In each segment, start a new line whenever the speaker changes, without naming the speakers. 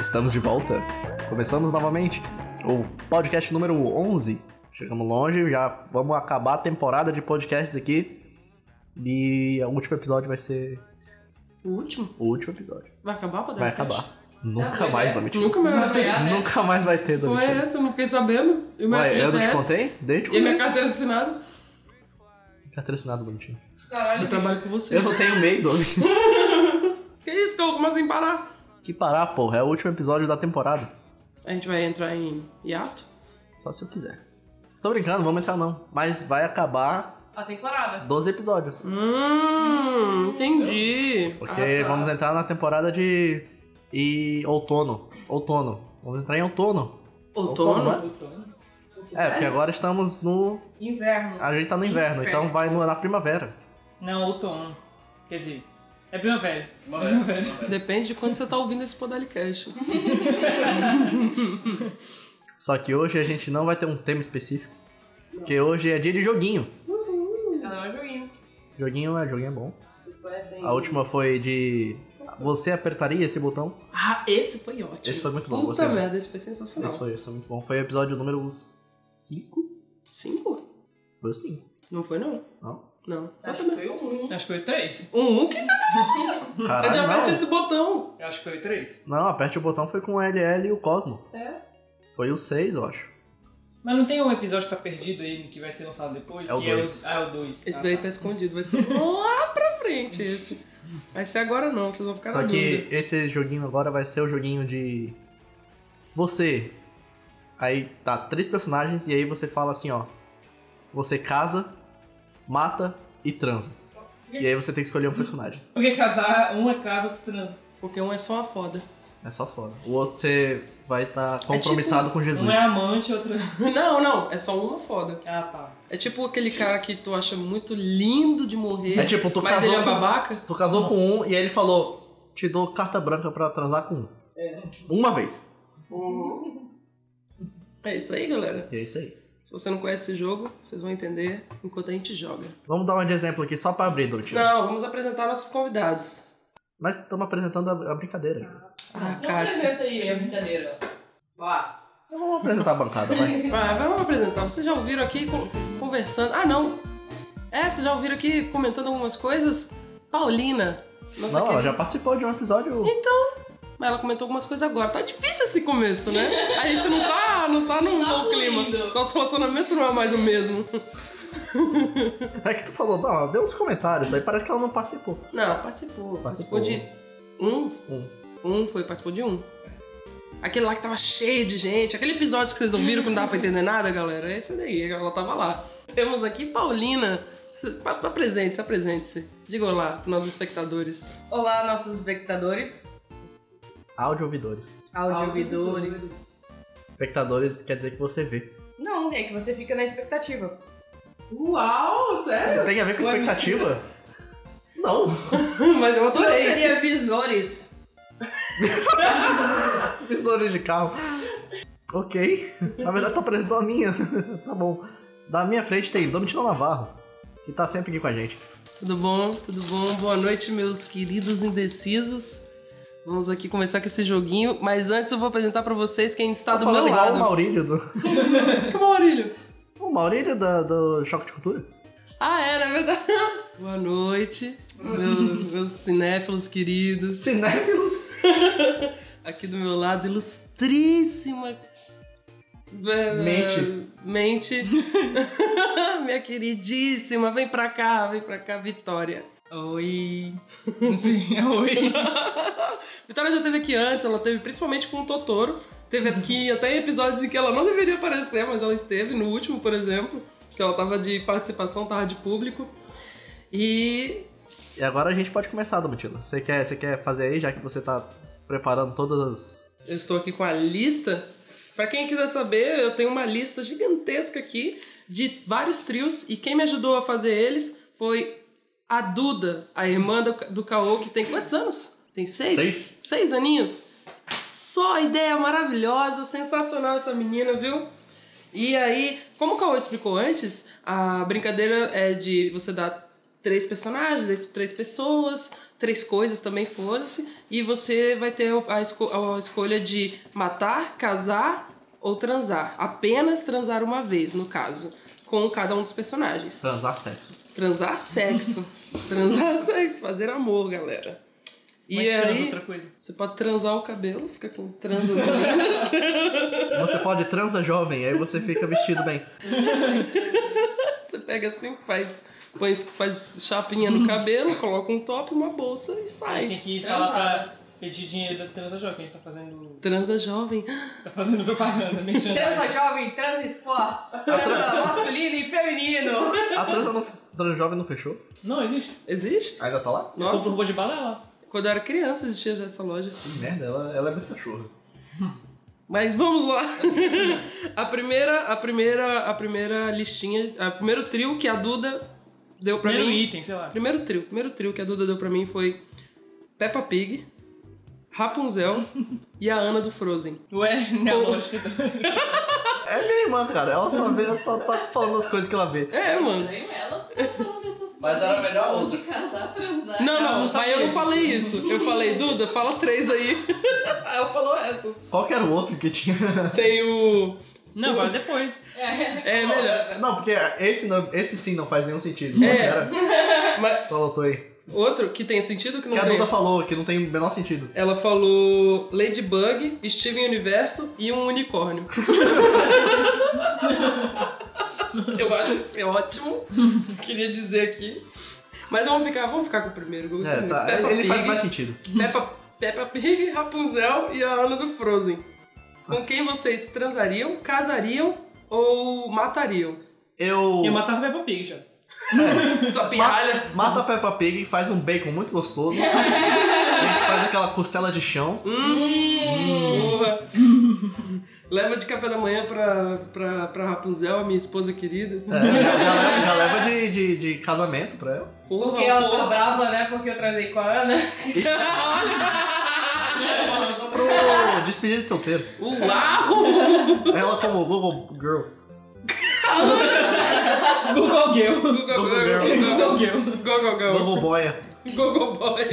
Estamos de volta. Começamos novamente o podcast número 11. Chegamos longe, já vamos acabar a temporada de podcasts aqui. E o último episódio vai ser
O último?
o último episódio.
Vai acabar pra
Vai acabar. Nunca
vai
mais,
ver.
não mentira.
é, Nunca mais vai
Vai
ter.
ganhar, né?
Nunca mais vai ter
Qual é
Domitila.
essa? Eu não fiquei sabendo. E meu
Ué, eu não te
GPS,
contei? Desde o
E a minha
começo.
carteira assinada.
Carteira assinada, Domitila.
Caralho,
Eu trabalho com você.
Eu não tenho meio, Domitila.
Que isso, que eu começo a parar.
Que parar, porra. É o último episódio da temporada.
A gente vai entrar em hiato?
Só se eu quiser. Tô brincando, vamos entrar não. Mas vai acabar
a temporada.
12 episódios.
Hum, entendi.
Porque
Ah, tá.
vamos entrar na temporada de. E outono. Outono. Vamos entrar em outono.
Outono?
outono, É, porque agora estamos no.
Inverno.
A gente tá no inverno,
Inverno.
então vai no- na primavera.
Não, outono. Quer dizer, é primavera.
Depende de quando você tá ouvindo esse Podalicast.
Só que hoje a gente não vai ter um tema específico. Porque hoje é dia de joguinho.
Ela é um joguinho.
Joguinho é, joguinho é bom.
Vocês conhecem.
A última foi de. Você apertaria esse botão?
Ah, esse foi ótimo.
Esse foi muito bom,
Puta
você-
merda, esse foi sensacional.
Esse foi, esse foi muito bom. Foi o episódio número 5?
Cinco?
Foi o 5.
Não foi, não?
Não?
Não. Eu
Acho que
também.
foi um.
Acho que foi três.
Um, um que você
Caralho,
já aperte
não.
esse botão.
Eu acho que foi três.
não, aperte o botão foi com o LL e o Cosmo.
É.
Foi o 6, eu acho.
Mas não tem um episódio que tá perdido aí que vai ser lançado depois?
É o
que
dois.
É o, ah, é o dois.
Esse
Ah,
daí
tá.
tá escondido, vai ser lá pra frente esse. Vai ser agora não, vocês vão ficar
Só
na
que
dúvida.
esse joguinho agora vai ser o joguinho de. Você. Aí tá três personagens e aí você fala assim, ó. Você casa, mata e transa. E aí você tem que escolher um personagem.
Porque casar, um é casa, outro transa.
Porque um é só uma foda.
É só foda. O outro você vai
É
estar
tipo
compromissado com Jesus.
Um é amante, outro.
Não, não, é só uma foda.
Ah, tá.
É tipo aquele cara que tu acha muito lindo de morrer,
É tipo, tu
mas
casou,
ele é
com,
babaca.
tu casou com um e aí ele falou: Te dou carta branca pra transar com um. Uma vez.
É isso aí, galera.
E é isso aí.
Se você não conhece esse jogo, vocês vão entender enquanto a gente joga.
Vamos dar um de exemplo aqui só pra abrir, Dorothy.
Não, vamos apresentar nossos convidados.
Mas estamos apresentando a, a brincadeira.
Ah,
Não
Kátia.
apresenta aí a brincadeira. Vá.
Então vamos apresentar a bancada, vai.
Vai, vai, Ah, vamos apresentar. Vocês já ouviram aqui con- conversando. Ah, não. É, vocês já ouviram aqui comentando algumas coisas? Paulina. Nossa,
não, ela
querida.
já participou de um episódio.
Mas ela comentou algumas coisas agora. Tá difícil esse começo, né? A gente não tá, não tá num
Tá
bom clima.
fluindo.
Nosso relacionamento não é mais o mesmo.
É que tu falou, não, ela deu uns comentários, aí parece que ela não participou.
Não, participou.
Participou.
Participou, de um?
Um.
Um foi, participou de um. Aquele lá que tava cheio de gente. Aquele episódio que vocês ouviram que não dava pra entender nada, galera. É esse daí, ela tava lá. Temos aqui Paulina. Se- pa- pa- Apresente-se, apresente-se. Diga olá pros nossos espectadores.
Olá, nossos espectadores,
Áudio ouvidores.
audiovidores.
Espectadores quer dizer que você vê.
Não, é que você fica na expectativa.
Uau, sério?
Tem a ver com
Ué,
expectativa? Não.
Mas eu
Você não
adorei.
seria visores.
Visores de carro. Ok. Na verdade, tu apresentou a minha. tá bom. Da minha frente tem Domitila Navarro, que tá sempre aqui com a gente.
Tudo bom? Tudo bom? Boa noite, meus queridos indecisos. Vamos aqui começar com esse joguinho, mas antes eu vou apresentar pra vocês quem está
Tô
Tá do meu
Tá falando igual o
lado.
Maurílio do.
Que Maurílio?
O Maurílio da- do Choque de Cultura?
Ah, é, na verdade. Boa noite, meu- meus cinéfilos queridos.
Cinéfilos.
Aqui do meu lado, ilustríssima. é,
Mente.
Mente. Minha queridíssima, vem pra cá, vem pra cá, Vitória.
Oi. Não sei, é oi.
Vitória já teve aqui antes, ela teve principalmente com o Totoro. Teve aqui até em episódios em que ela não deveria aparecer, mas ela esteve, no último, por exemplo, que ela tava de participação, tava de público. E
E agora a gente pode começar, Domitila. Você quer, você quer fazer aí, já que você tá preparando todas as.
eu estou aqui com a lista. Pra quem quiser saber, eu tenho uma lista gigantesca aqui de vários trios e quem me ajudou a fazer eles foi a Duda, a irmã do, do Caô, que tem quantos anos? Tem seis?
Seis.
Seis aninhos? Só ideia maravilhosa, sensacional essa menina, viu? E aí, como o Caô explicou antes, a brincadeira é de você dar três personagens, três- três pessoas, três coisas também, foda-se. E você vai ter a, esco- a escolha de matar, casar ou transar. Apenas transar uma vez, no caso, com cada um dos personagens.
Transar sexo.
Transar sexo. transar sexo, fazer amor, galera. E
Mas é transa
aí,
outra coisa.
você pode transar o cabelo, fica com transa no cabelo.
Você pode transa jovem, aí você fica vestido bem.
Você pega assim, faz, põe, faz chapinha no cabelo, coloca um top, uma bolsa e
A gente
sai.
tem que falar
Transar.
pra pedir dinheiro da Transa Jovem, que a gente tá fazendo,
Transa jovem.
tá fazendo propaganda, mexendo.
Transa jovem, transa esportes,
A tran-
transa masculino e feminino.
A transa, não, transa jovem não fechou?
Não, existe.
Existe?
Ainda tá lá?
Eu compro
Nossa,
robô de bala é lá.
quando eu era criança existia já essa loja.
Que merda, ela, ela é muito cachorra.
Mas vamos lá. a primeira, a primeira, a primeira listinha, a primeiro trio que a Duda deu pra
Primeiro
mim.
item, sei lá.
Primeiro trio, primeiro trio que a Duda deu pra mim foi Peppa Pig, Rapunzel e a Ana do Frozen.
Ué, não,
Pô.
lógico que não.
É minha irmã, cara. Ela só vê, ela só tá falando as cocoisas que ela vê.
É, mano.
Estranho ela ficar falando essas
Mas
coisas
era
de
melhor
onde casar, transar.
Não,
não
não, mas
sabia
eu não
disso.
falei isso. Eu falei, Duda, fala três aí. Aí ela falou essas.
Qual que era o outro que tinha?
Tem o.
Não, agora depois.
É.
É melhor.
Não, porque esse, não, esse sim não faz nenhum sentido. Qual
É.
que era?
Mas
Só anotou aí.
outro que tem sentido
Que
que não
a
tem.
Duda falou, que não tem o menor sentido.
Ela falou Ladybug, Steven Universo e um unicórnio. eu acho isso é ótimo. Queria dizer aqui. Mas vamos ficar, vamos ficar com o primeiro, que eu gostei
É,
muito.
tá.
Peppa,
Ele
Pig,
faz mais sentido.
Peppa, Peppa Pig, Rapunzel e a Ana do Frozen. Com quem vocês transariam, casariam ou matariam?
Eu.
Eu matava Peppa Pig já.
Sua
Ma-
pirralha.
Mata a Peppa Pig, faz um bacon muito gostoso. A gente faz aquela costela de chão.
Hum,
Hum.
porra. Leva de café da manhã pra, pra, pra Rapunzel, a minha esposa querida.
É, já, já leva, já leva de, de, de casamento pra ela.
Porra,
Porque ela tá
porra.
brava, né? Porque eu transei com a Ana.
Pro despedida de solteiro.
Uau!
Ela como Google Girl.
Google Girl.
Google
Girl.
Google
Google
Girl.
Google Girl.
Google Boya.
Google Boy.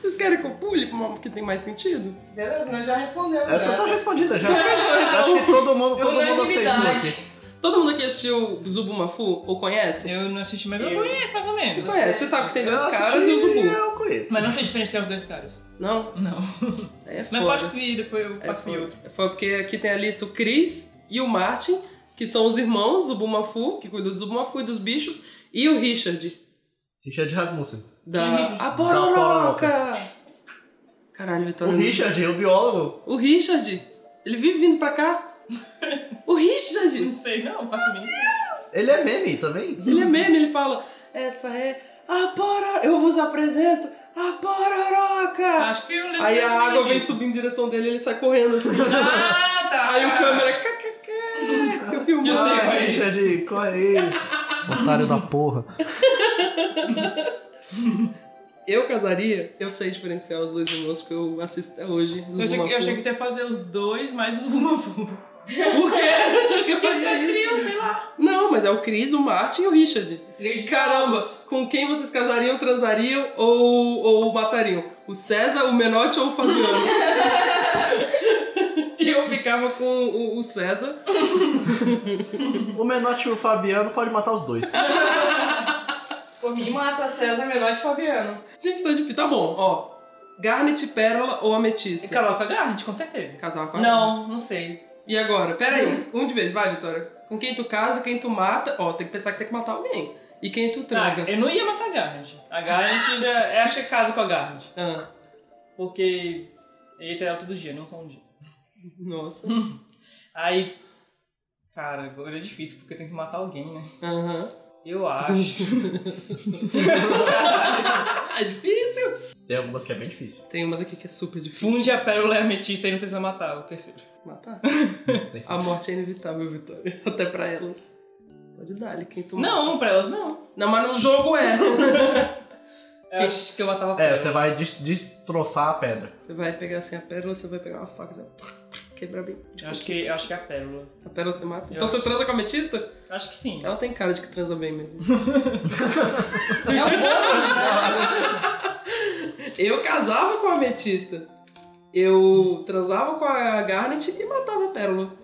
Vocês querem que eu pule pra uma que tem mais sentido?
Beleza, nós já respondemos.
Essa
né?
tá respondida já. Acho que todo mundo, todo mundo aceitou
Unanimidade.
aqui.
Todo mundo aqui assistiu Zubumafu ou conhece?
Eu não assisti, mas eu
Eu-
conheço mais ou
Você
menos.
conhece, você sabe que tem
Eu
dois
assisti,
caras e o Zubu.
Eu conheço.
Mas não sei diferenciar os dois caras.
Não?
Não.
É
Mas
foda.
pode que depois eu
É
passo em
foda.
outro.
É foda, porque aqui tem a lista o Chris e o Martin, que são os irmãos Zubumafu, que cuidam do Zubumafu e dos bichos, e o Richard,
Richard Rasmussen.
da
Da
Apororoca! Caralho,
O
Vitória. não-
Richard, é o biólogo.
O Richard, ele vive vindo pra cá. O
Não
Richard,
sei, não, faço mínimo.
Ele é meme também.
ele é meme, ele fala, essa é a pororoca, eu vos apresento a pororoca.
Acho que eu lembro.
Aí a
mais ou menos
água vem
disso.
subindo em direção dele e ele sai correndo assim.
Ah, tá.
Aí o câmera, kkk, eu filmando.
Eu sei
Ah,
qual é.
Richard, corre aí. Otário da porra.
Eu casaria, eu sei diferenciar os dois irmãos, porque eu assisto até hoje.
Eu achei, que, eu achei
Zubumafu.
que tu ia fazer os dois mais os Gumafu.
Por quê?
Porque é trio, sei lá.
Não, mas é o Chris, o Martin e o Richard.
Três de
Caramba,
todos.
com quem vocês casariam, transariam ou, ou matariam? O César, o Menotti ou o Fabiano? e eu ficava com o, o César.
O Menotti e o Fabiano pode matar os dois.
Por mim, mata César Menotti e Fabiano.
Gente, tá difícil. Tá bom, ó. Garnet, Pérola ou Ametista?
É Carioca Garnet, com certeza.
Casar com a
Não, não sei.
E agora? Pera aí. Um de vez, vai, Vitória. Com quem tu casa, quem tu mata. Ó, tem que pensar que tem que matar alguém. E quem tu transa.
Ah, eu não ia matar a Garnet. A Garnet já. Eu acho que casa com a Garnet.
Ah,
Porque. Ele tá ela todo dia, não só um dia.
nossa.
Aí. Cara, agora é difícil, porque eu tenho que matar alguém, né?
Aham.
Eu acho.
É difícil.
Tem algumas que é bem difícil.
Tem umas aqui que é super difícil.
Funde a pérola e a ametista e não precisa matar o terceiro.
Matar. A morte é inevitável, Vitória. Até pra elas. Pode dar, ele quem tu
Não, pra elas não.
Não, mas no jogo é.
Eu acho que eu matava a
É,
pérola.
você vai des- destroçar a pedra.
Você vai pegar assim a pérola, você vai pegar uma faca, você vai... pá, pá, quebrar bem. de
Eu acho
pouquinho.
que, eu acho que é a pérola.
A pérola você mata.
Eu
Então você
acho.
transa com a ametista?
Eu acho que sim.
Ela tem cara de que transa bem mesmo.
É o bônus, né?
Eu casava com a ametista. Eu transava com a Garnet e matava a pérola.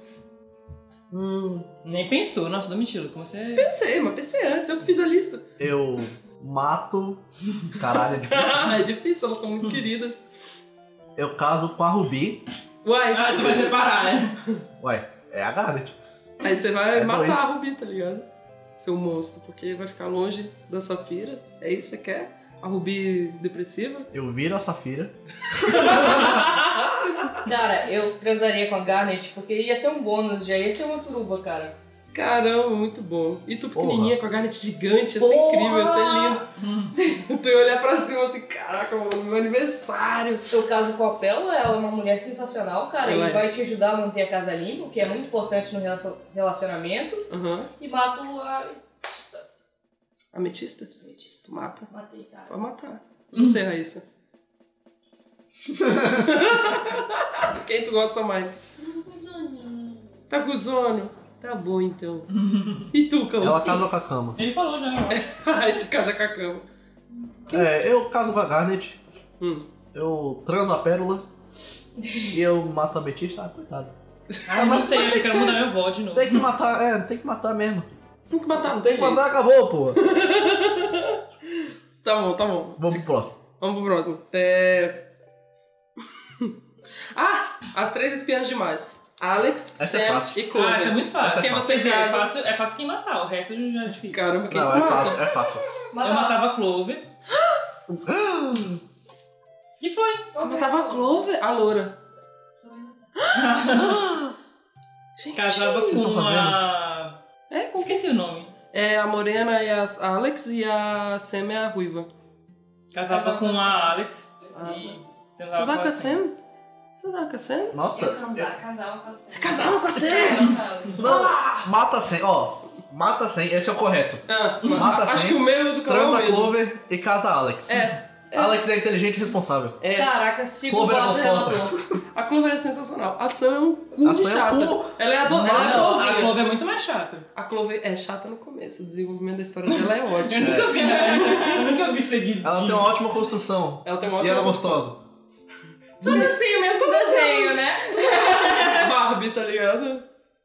Nem pensou, nossa, dá mentira. Como você. é?
Pensei, mas pensei antes, eu que fiz a lista.
Eu mato. Caralho, é difícil.
é difícil, elas são muito queridas.
Eu caso com a Rubi.
Uai,
Ah, tu vai separar, né?
Ué, é a Garnet.
aí você vai
É
matar
doido.
a Rubi, tá ligado? Seu monstro, porque vai ficar longe da Safira. É isso que você quer? A Rubi depressiva?
Eu viro a Safira.
né? Cara, eu transaria com a Garnet porque ia ser um bônus, já ia ser uma suruba, cara.
Caramba, muito bom. E tu pequenininha com a Garnet gigante, ia ser
Porra!
incrível, ia ser lindo. tu ia olhar pra cima assim, caraca, mano, meu aniversário.
Eu caso com a Pérola, ela é uma mulher sensacional, cara,
Ela é.
e vai te ajudar a manter a casa limpa, o que é muito importante no relacion- relacionamento.
Aham.
E mato a.
Ametista? Ametista. Tu mata.
Matei, cara.
Pode matar. Não sei, Raíssa. Quem tu gosta mais?
Joninho.
Tá com sono? Tá bom, então. E tu, Cão? Ah,
Ela casa com a cama.
Ele falou já, eu acho.
Esse casa com a cama.
É, eu caso com a Garnet.
Hum.
Eu transo a pérola. E eu mato a Betista. Ah, coitado.
Ah, não
mas-
sei,
mas
eu
tem
achei que
que
era mudar meu voto de novo.
Tem que matar, é, tem que matar mesmo.
Tem que matar, não
Tem que
tem jeito.
matar, acabou, pô.
Tá bom, tá bom.
Vamos pro próximo.
Vamos pro próximo. É... ah! As três espiãs demais. Alex,
Essa é
Sam
fácil.
e Chloe.
Ah, isso é muito
Essa
fácil.
é
Quem
fácil.
você dizer,
Essa é
é fácil, é fácil quem matar, o resto já é difícil.
Caramba, quem
Não,
tu
é
mata?
fácil, é fácil.
Eu matava a Clover. Que foi?
Você matava a Clover? A loura. Gente.
Casava
vocês
com
estão
uma.
É, com
Esqueci o nome.
É, a Morena é a Alex e a Sam é a Ruiva.
Casava com a Alex.
Ah.
E.
Tu
Casava
sabe com a Sam? Tu sabe com a Sam?
Nossa.
Eu casava, casava com a Você
casava com a Sam?
Não, mata 100, ó. Mata 100, esse é o correto.
Ah,
Mata a
acho
Sam,
que o meu é do canal
Transa
mesmo.
Clover e casa Alex.
É, é.
Alex é inteligente e responsável.
é.
Caraca, sigo o
Clover
papo do
gostosa.
relator.
A Clover é sensacional. A Sam é um cu
A
de
Sam é
chata.
o cu.
Ela é ado- ela é
Não, a
boazinha.
Clover é muito mais chata.
A Clover é chata no começo. O desenvolvimento da história dela é
Eu
ótimo.
nunca vi, né? eu nunca vi seguidinho.
Ela tem um uma ótima construção.
Ela tem uma
E ela é
ótima
gostosa.
Só não sei o mesmo desenho, né?
Barbie, tá ligado?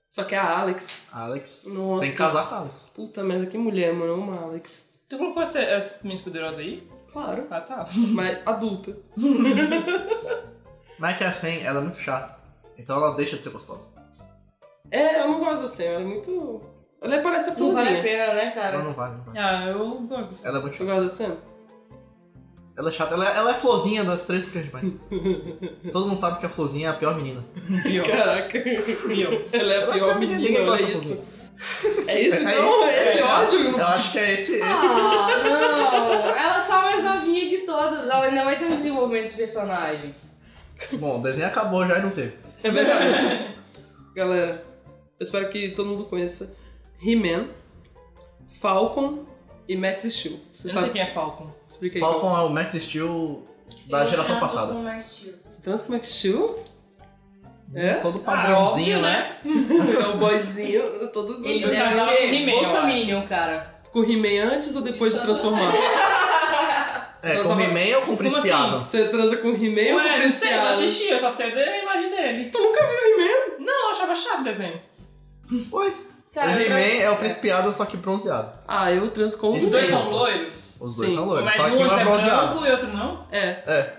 Só que é a Alex.
Alex.
Nossa.
Tem que casar com a Alex.
Puta merda, que mulher, mano. Eu amo a Alex.
Tu colocou essa, essa menina poderosa aí?
Claro,
Ah, tá.
mas adulta.
Mas é que a 100, ela é muito chata. Então ela deixa de ser gostosa.
É, eu não gosto da Sam. Ela é muito... Ela é- parece a
Não
assim?
vale a
florzinha.
pena, né,
Ela
cara?
não vale, não vale.
Ah, eu gosto dessa.
Ela é muito
Tu
chata.
gosta da Sam?
Ela é chata. Ela, é- ela é florzinha das três que a gente faz. Todo mundo sabe que a florzinha é a pior menina.
Pior.
Caraca.
Pior.
Ela é a pior menina,
Ninguém
olha
gosta da
isso.
florzinha.
É isso,
É
então?
isso,
É esse
é.
ódio?
Eu acho que é esse.
Ah,
esse.
não! Ela é só a mais novinha de todas, ela ainda vai ter um desenvolvimento de personagem.
Bom, o desenho acabou já e não teve.
É verdade. Galera, eu espero que todo mundo conheça He-Man, Falcon e Max Steel. Você
Eu não sei
sabe?
quem é Falcon.
Explica aí. Falcon.
Falcon é o Max Steel
é um
da geração passada.
Você transa com o Max Steel? É?
Todo
Ah,
Um padrãozinho,
óbvio,
né?
É o boyzinho todo
Ele
Eu
deve
casava com
ser
He-Man, eu
Bolsominion, cara.
Com o He-Man antes ou depois de transformar? Você
É, com
transava-
o He-Man ou com o
Como
Príncipe
assim?
Adam?
Você transa com o He-Man ou com o
Ué, não sei, eu não
Princeado?
assisti, eu só sei da imagem dele.
Tu nunca viu o He-Man?
Não, eu achava chato o desenho.
Oi.
Cara,
o
eu
He-Man
tra-
é o Príncipe Adam, só que bronzeado.
Ah, eu transo com o
Os
Esses
dois
Sim.
He-Man.
são loiros.
Os dois
Sim,
são loiros,
Mas
só que
um
um é
é
bronzeado.
branco e outro não.
É.
É,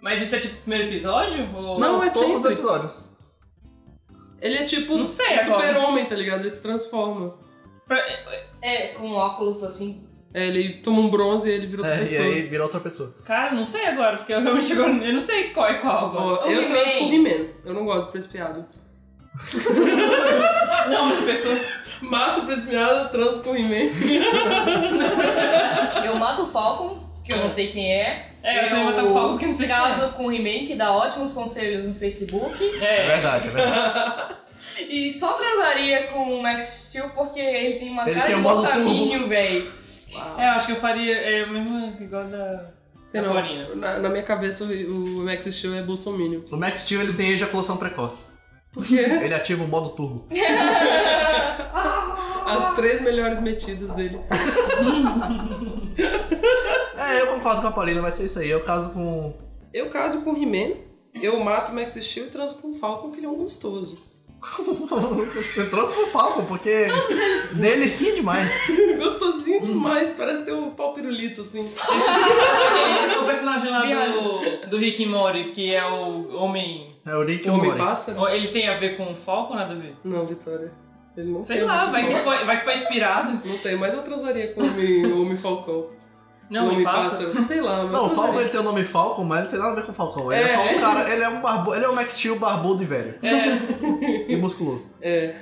Mas isso é tipo o primeiro episódio? Ou...
Não, é
todos os
sempre.
episódios.
Ele é tipo
Não sei,
um
agora.
super-homem, tá ligado? Ele se transforma.
É, com óculos assim.
É, ele toma um bronze e ele vira outra
É, e
pessoa.
aí virou outra pessoa.
Cara, não sei agora, porque eu realmente agora eu não sei qual é qual agora.
Ó,
O
eu
He-Man.
transo com o He-Man. Eu não gosto do Príncipe Adam.
Ah, Não, mas a pessoa.
Mato o Príncipe Adam, transo com o He-Man.
Eu mato o Falcon, que eu não sei quem é.
É, eu também vou estar falando porque eu não sei é.
Caso com o He-Man, que dá ótimos conselhos no Facebook.
quem
É
é. É.
verdade, é verdade.
E só transaria com o Max Steel porque ele tem uma
Ele
cara
tem
de
um modo
Bolsominion, velho.
Uau.
É, eu acho que eu faria é, o mesmo igual da.
Sei
da
não.
Paulinha.
Na, na minha cabeça, o, o Max Steel é bolsominion.
O Max Steel ele tem ejaculação precoce.
Por quê?
Ele ativa o modo turbo.
As três melhores metidas dele.
É, eu concordo com a Paulina, vai ser isso aí. Eu caso com.
Eu caso com o He-Man, eu mato o Max Steel e transo com o Falcon, que ele é um gostoso.
eu trouxe pro Falcon, porque.
Todos eles.
Dele sim é demais.
Gostosinho demais, parece ter um pau pirulito, assim.
o personagem lá do, do Rick e Morty, que é o homem.
É o Rick e o
Homem
Morty.
pássaro?
Ele tem a ver com o Falcon, nada a ver?
Não, Vitória. Ele não
Sei
tem,
lá,
não.
vai que foi, vai que foi inspirado.
Não tem, mas eu transaria com o Homem, o homem Falcão.
Não,
o
me
Homem
passa.
Pássaro. Sei lá, mas.
Não, o Falcon
transaria.
ele tem o nome Falcon, mas não tem nada a ver com o Falcon. Ele é,
É.
só um cara, ele é um barbudo, ele é um Max Steel barbudo e velho.
É,
E musculoso.
É.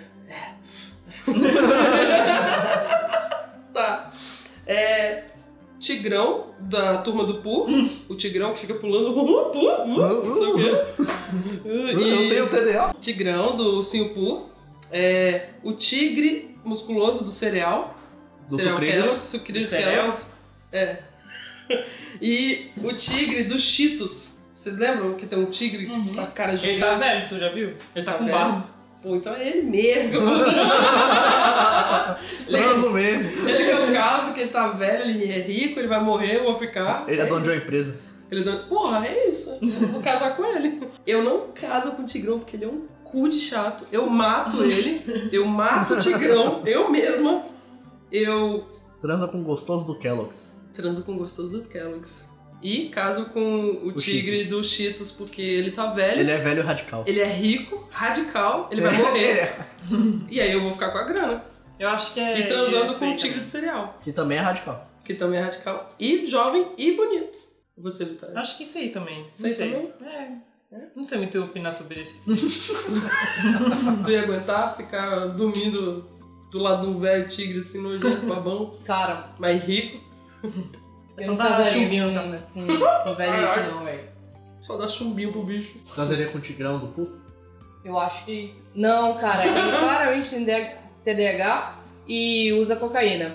tá. É. Tigrão, da turma do Poo. o tigrão que fica pulando. Uh, Poo, uh, não sei o quê. Uh,
Eu,
e
eu tenho o TDA.
Tigrão, do Ursinho Poo. É, o tigre musculoso do cereal.
Do
cereal
Sucrilhos.
Kellogg's, Sucrilhos
Do cereal.
Kellogg's. É. E o tigre dos Cheetos. Vocês lembram que tem um tigre
Uhum.
com a cara gigante?
ele tá velho, tu já viu? Ele tá
Tá
com
velho.
barba.
Pô, então é ele mesmo. ele,
Transo mesmo.
ele que é o caso, que ele tá velho, ele é rico, ele vai morrer, eu vou ficar.
Ele é dono de uma empresa.
Ele é dono- Porra, é isso. Eu Vou casar com ele. Eu não caso com o Tigrão, porque ele é um cu de chato. Eu mato ele. Eu mato o Tigrão, eu mesma. Eu
Transa com o gostoso do Kellogg's.
transo com o gostoso do Kellogg's. E caso com o,
O
tigre
Cheetos.
do Cheetos, porque ele tá velho.
Ele é velho e radical. É.
Ele é rico, radical, ele vai morrer. E aí eu vou ficar com a grana.
Eu acho que é.
e transando
eu
com
sei
o tigre
também.
de cereal.
Que também é radical.
que também é radical, e jovem e bonito. Você, Vitória.
Acho que isso aí também. Não
Isso aí
sei. É. Não sei muito opinar sobre esses.
Tu ia aguentar ficar dormindo do lado de um velho tigre assim nojento, babão,
Cara,
mas rico,
eu
Só
não
tá
casaria
chumbinho,
com,
né?
com um velho rico, não, velho.
só dá chumbinho pro bicho.
Transaria com o Tigrão do cu.
Eu acho que. Não, cara, ele claramente tem TDAH e usa cocaína.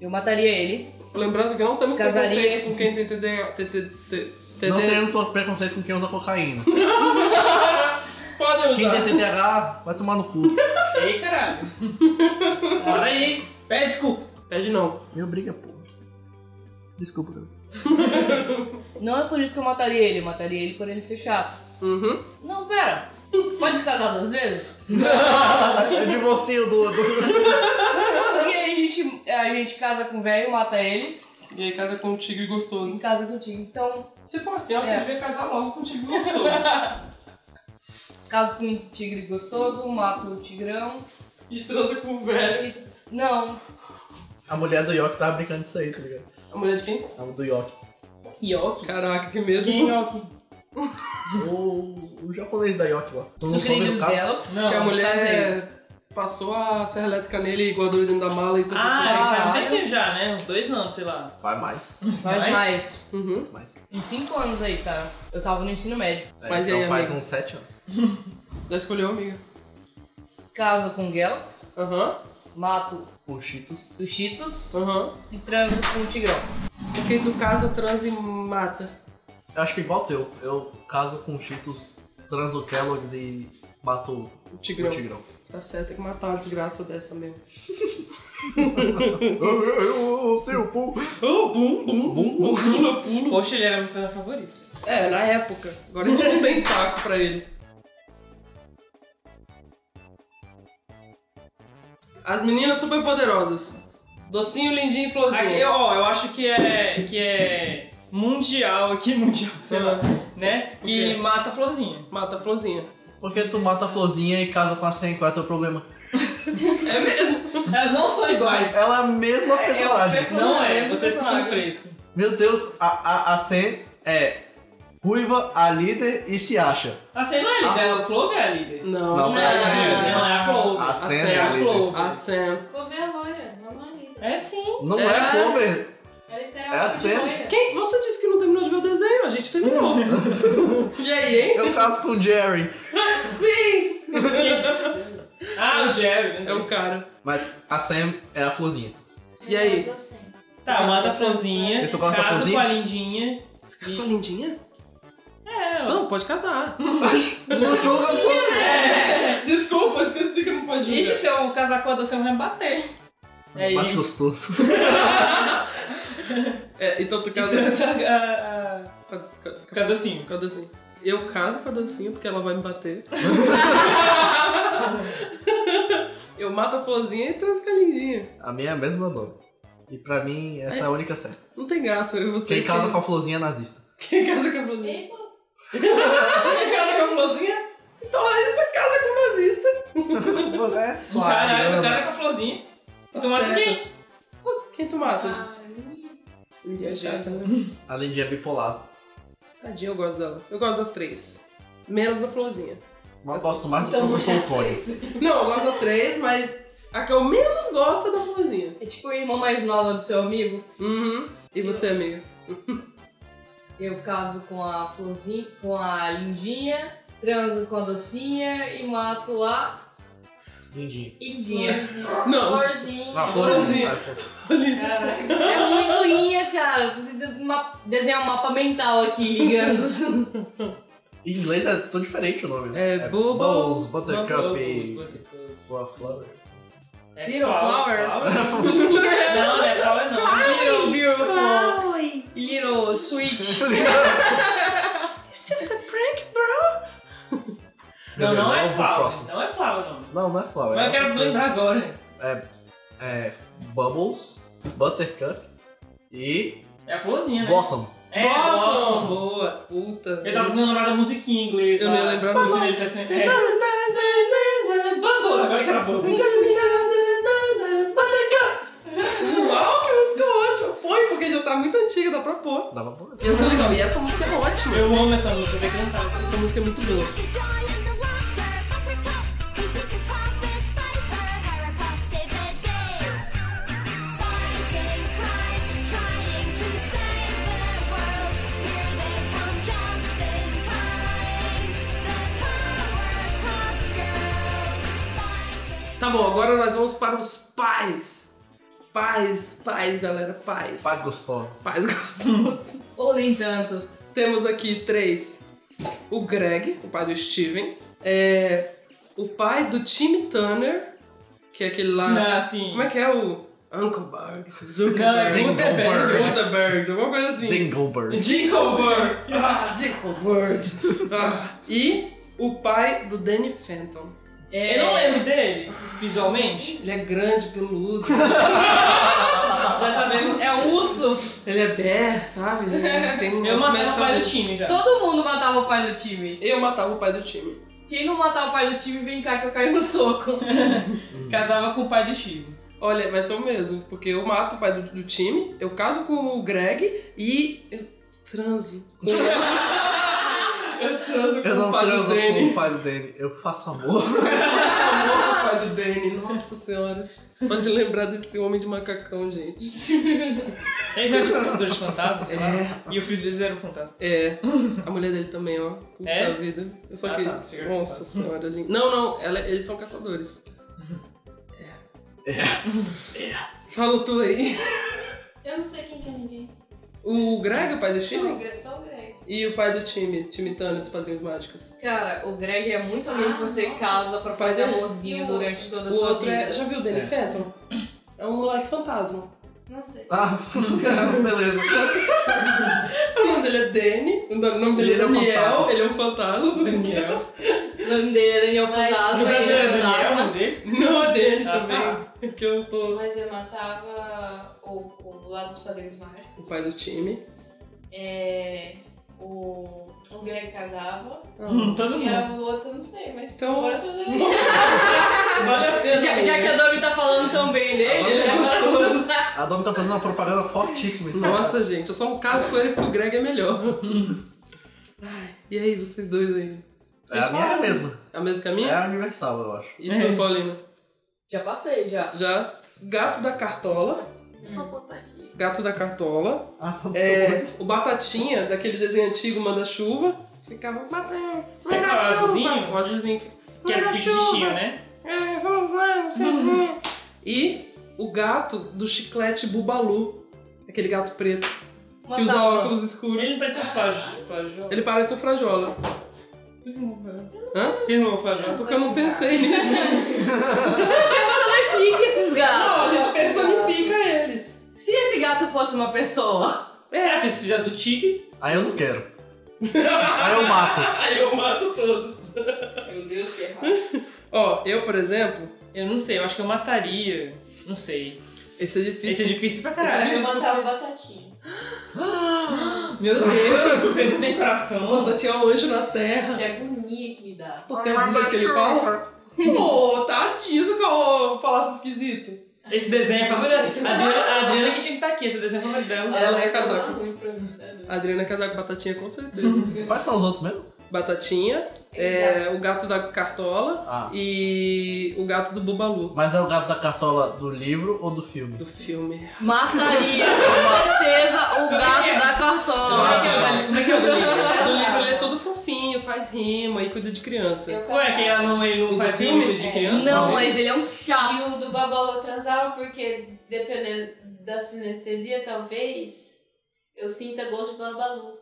Eu mataria ele.
Lembrando que não temos
Casaria.
preconceito com quem tem TDA. T- t- t-
Não
TDA.
tenho preconceito com quem usa cocaína.
Podem
Quem tem
usar.
TDAH vai tomar no cu.
Ei, caralho. Bora
Ah,
aí. Pede desculpa.
Pede não.
Me obriga, pô. Desculpa, cara.
não é por isso que eu mataria ele, eu mataria ele por ele ser chato.
Uhum.
Não, pera. Pode casar duas vezes?
Eu divorcio do. do...
Porque a gente, a gente casa com o velho, mata ele
E aí casa com um tigre gostoso.
e casa contigo. Então,
Se for assim, ó, você
É.
devia casar logo com um tigre gostoso.
caso com um tigre gostoso, mato o tigrão.
e transa com o velho.
É.
E- Não,
A mulher do York tava brincando disso aí, tá ligado?
A mulher de quem?
A do York.
Yoki. Caraca, que medo.
Quem é o que.
O, o japonês da York lá. Tu
no Grilhos Delos.
Não.
que a
casei.
mulher passou a serra elétrica nele e guardou ele dentro da mala e tudo.
Ah, ele faz um
Caralho.
tempinho já, né? Uns dois anos, sei lá.
Vai mais.
Faz
Mas- é.
mais.
Uhum.
Faz mais.
Uns 5 anos aí, cara. Eu tava no ensino médio.
É,
Mas e
então
aí,
faz
amigo?
uns 7 anos.
Já escolheu, amiga.
Caso com o Galax,
Aham,
mato
Com Cheetos.
o Cheetos.
aham.
e transo com o tigrão.
Quem tu casa, transa e mata.
Eu acho que igual o teu. Eu caso com Cheetos, transo Kellogg's e mato
O
o
tigrão.
Tigrão.
Tá certo, tem que matar uma desgraça dessa mesmo.
eu, eu, eu, eu sei o pum.
Oh, bum, bum, bum, bum, pula, pula.
Poxa, ele era meu personagem favorito.
É, na época. Agora a gente não tem saco pra ele. As meninas superpoderosas. Docinho, lindinho e florzinho.
Aqui, ó, eu acho que é. que é. mundial aqui, mundial, sei lá, né?
O
Que
quê?
mata a florzinha.
Mata a florzinha.
Porque tu mata a florzinha e casa com a senha, qual é o teu problema?
É mesmo?
Elas não são iguais.
Ela é a mesma personagem.
Não é,
mesmo
vocês que são
personagem.
frescos.
Meu Deus, a, a, a Sen é ruiva, a líder e se acha.
A Sen não é
Ah.
líder, a Clove é a líder.
Não,
Não,
a Sam-
é a Sam.
Não, é a Clove.
A Sen
Sen
é
é
a
a
líder.
Clove.
A Sam.
Couve é loira, não é uma linda.
É sim.
Não
É.
é cover.
Ela estará
É a Sam.
Quem? Você disse que não terminou de ver o desenho, a gente terminou. e aí, hein?
Eu caso com é o Jerry.
Sim!
Ah, o Jerry.
É o cara.
Mas a Sam é a florzinha.
E aí?
Tá, mata a florzinha.
E tu gosta da
Casa com
florzinha?
a lindinha.
Você casou com a Lindinha?
É, Não.
Não, pode casar.
No jogo eu sou.
Desculpa, esqueci que não pode
Ixi, seu casaco adolescente vai me bater. É
Bate
isso.
gostoso.
É, então tu casa
Então,
ca- ca-
a cadocinho.
com a dancinha. Eu caso com a dancinha porque ela vai me bater. eu mato a florzinha e transo com a lindinha.
A minha é a mesma nome. E pra mim, essa é a única certa.
Não tem graça. eu- Você
Quem casa com a florzinha é nazista.
Quem casa com a florzinha?
Ei, pô,
Quem casa com a florzinha? Então aí você casa com o nazista.
É,
O cara, o cara com a florzinha.
Tá
Tu mata
certo.
quem?
Quem tu mata?
ah, menino.
Ninguém é chata, né?
Além de é bipolar.
Tadinha, eu gosto dela. Eu gosto das três. Menos da florzinha.
Mas então gosto mais do que o professor Antônio.
é
Não, eu gosto da três, mas a que eu menos gosto é da florzinha.
É tipo a irmã mais nova do seu amigo.
Uhum. E você, amiga?
Eu caso com a florzinha, com a lindinha, transo com a docinha e mato a
Lindinho.
indinha.
Não.
Florzinha.
Não,
Florzinha.
florzinha. Ah, florzinha.
Caraca.
É muito inha, cara. Tô tentando ma- desenhar um mapa mental aqui ligando.
Em inglês é tão diferente o nome.
É,
Bubbles,
Bubbles,
Buttercup e.
Buttercup.
Fla- Flower.
É
Little flower.
Não, não é flower não.
Little beautiful,
Oi.
little sweet.
It's just a prank.
Não, não é
Vamos pro
flower.
próximo.
Não é flower não.
Não, não é Flower.
Mas eu
é
quero
outra coisa.
lembrar agora.
É Bubbles, Buttercup e
É a florzinha, né?
Blossom.
É,
Nossa,
blossom.
boa. Puta.
Eu tava tentando lembrar da musiquinha em inglês.
Eu
lá.
não ia lembrar
Bubbles.
nunca.
Ele disse assim, é. Bubble, agora que era Bubble.
Uau, que música ótima. Foi, porque já tá muito antiga, dá pra pôr.
Dava boa.
Ia ser legal. E essa música é ótima.
Eu amo essa música, eu sei cantar.
Essa música é muito boa. Tá bom, agora nós vamos para os pais. Pais, pais, galera, pais.
Paz gostosa.
Pais gostosos.
Ou nem tanto.
Temos aqui três. O Greg, o pai do Steven. É, o pai do Tim Turner, que é aquele lá...
Não, assim.
Como é que é o... Uncle Bugs,
Não, é
Zuckerberg,
Gutenberg.
Gutenberg.
Gutenberg, alguma coisa assim.
Dingleberry.
Dinkelberg! Ah, Dinkelberg! Ah, e o pai do Danny Phantom.
É,
Eu não lembro dele, visualmente.
Ele é grande, peludo,
Mas sabemos.
É um urso.
ele é bear, sabe? Ele Tem
Eu
umas
matei o
mechas-
pai do time já.
Todo mundo matava o pai do time.
Eu matava o pai do time.
Quem não matar o pai do time, vem cá que eu caio no soco.
Casava com o pai do Chico.
Olha, vai ser o mesmo, porque eu mato o pai do, do time, eu caso com o Greg e eu transo. com- eu transo com
Eu não
o pai do
transo com
Danny.
o pai do Danny. Eu faço amor.
Eu amo o pai do Danny, nossa senhora. Só de lembrar desse homem de macacão, gente.
Ele já tinha caçador de fantasmas, sei lá.
É.
E o filho deles era um fantasma.
É, a mulher dele também, ó. Puta
É?
vida. Eu só
Ah,
que.
tá, fica
Nossa senhora, linda. Não, não, ela- eles são caçadores.
É.
Fala tu aí.
Eu não sei quem que é ninguém.
O Greg, o pai do
Não,
time?
é só o Greg.
E o pai do time, time Tana dos Padrinhos Mágicos.
Cara, o Greg é muito amigo que você
Nossa.
casa pra fazer
Fazer.
amorzinho durante toda a
O
sua
outro é.
vida.
Já viu o Danny
É.
Phantom? É um moleque fantasma.
Não sei.
Ah, caramba, beleza.
O nome dele é Danny, o nome dele é
Ele é um
Daniel,
fantasma.
ele é um fantasma.
Daniel.
O nome dele é Daniel
Vai.
O
Fantasma, ele
brasileiro
é
é Daniel, o nome
fantasma.
dele.
Não, é Danny
Ah,
também.
tá.
Que eu tô.
Mas eu matava o, o lado dos padrinhos mágicos.
O pai do time.
É, o, o Greg casava.
Ah.
Hum, Todo
E
Uhum.
mundo.
a outra, eu não sei, mas
Então-
agora eu tô dando
Vale a pena.
Já, já que a Domi tá falando tão bem dele,
Adoro
né?
gostoso.
A Domi tá fazendo uma propaganda fortíssima. isso.
Nossa, gente, eu só um caso com ele porque o Greg é melhor.
Hum.
Ai, e aí, vocês dois aí?
É a minha é a mesma.
A mesma
É
caminha?
a universal, eu acho.
E tu, Paulina?
Já passei, já.
Já? Gato da Cartola.
Vou botar aqui.
Gato da Cartola.
Ah, não
É, o Batatinha, daquele desenho antigo Manda-Chuva. Ficava batendo.
É com o azulzinho?
O azulzinho.
Que era
Manda
pique
chuva.
de Chico, né?
É, vamos lá, não sei o quê. E o gato do chiclete Bubalu. Aquele gato preto.
Uma
que usa
tábua.
óculos escuros.
Ele não parece um flagio. flagio.
Ele parece o Frajola.
Por que não é?
Hã?
Por que não é um flagio?
Porque eu não pensei nisso.
Personifica esses
Não, a
gatos.
gente personifica eles.
Se esse gato fosse uma pessoa,
É, porque se fizer do tigre,
Aí eu não quero. Aí eu mato.
aí eu mato todos.
Meu Deus, que errado.
Ó, eu, por exemplo,
Eu não sei, eu acho que eu mataria. Não sei.
esse é difícil.
Esse é difícil pra
Esse
caralho.
Eu matava batatinha.
Meu Deus,
Deus, você não tem coração.
quando tinha um anjo na terra.
Que agonia que me dá.
Por causa do jeito que ele fala. Pô, tadinho, só que eu falasse esquisito.
Esse desenho é favorito. A Adriana, a Adriana que tinha que estar aqui, esse desenho é favorito dela.
Ela é
Nossa, tá
casaca.
ruim pra mim, tá doido.
A Adriana quer dar com batatinha com certeza.
Quais são os outros mesmo?
Batatinha, é, o gato da cartola
Ah.
e o gato do Bubalu.
Mas é o gato da cartola do livro ou do filme?
Do filme.
mataria com certeza o gato da
Como é que
cartola.
é o dele? Como é que é o do livro?
O livro ele é todo fofinho, faz rima e cuida de criança.
Eu
Ué, é que ela não, ele
O
não faz
filme?
filme de criança?
Não, mas ele é um chato.
E o do Babalo eu transava porque, dependendo da sinestesia, talvez eu sinta gosto de Babalu.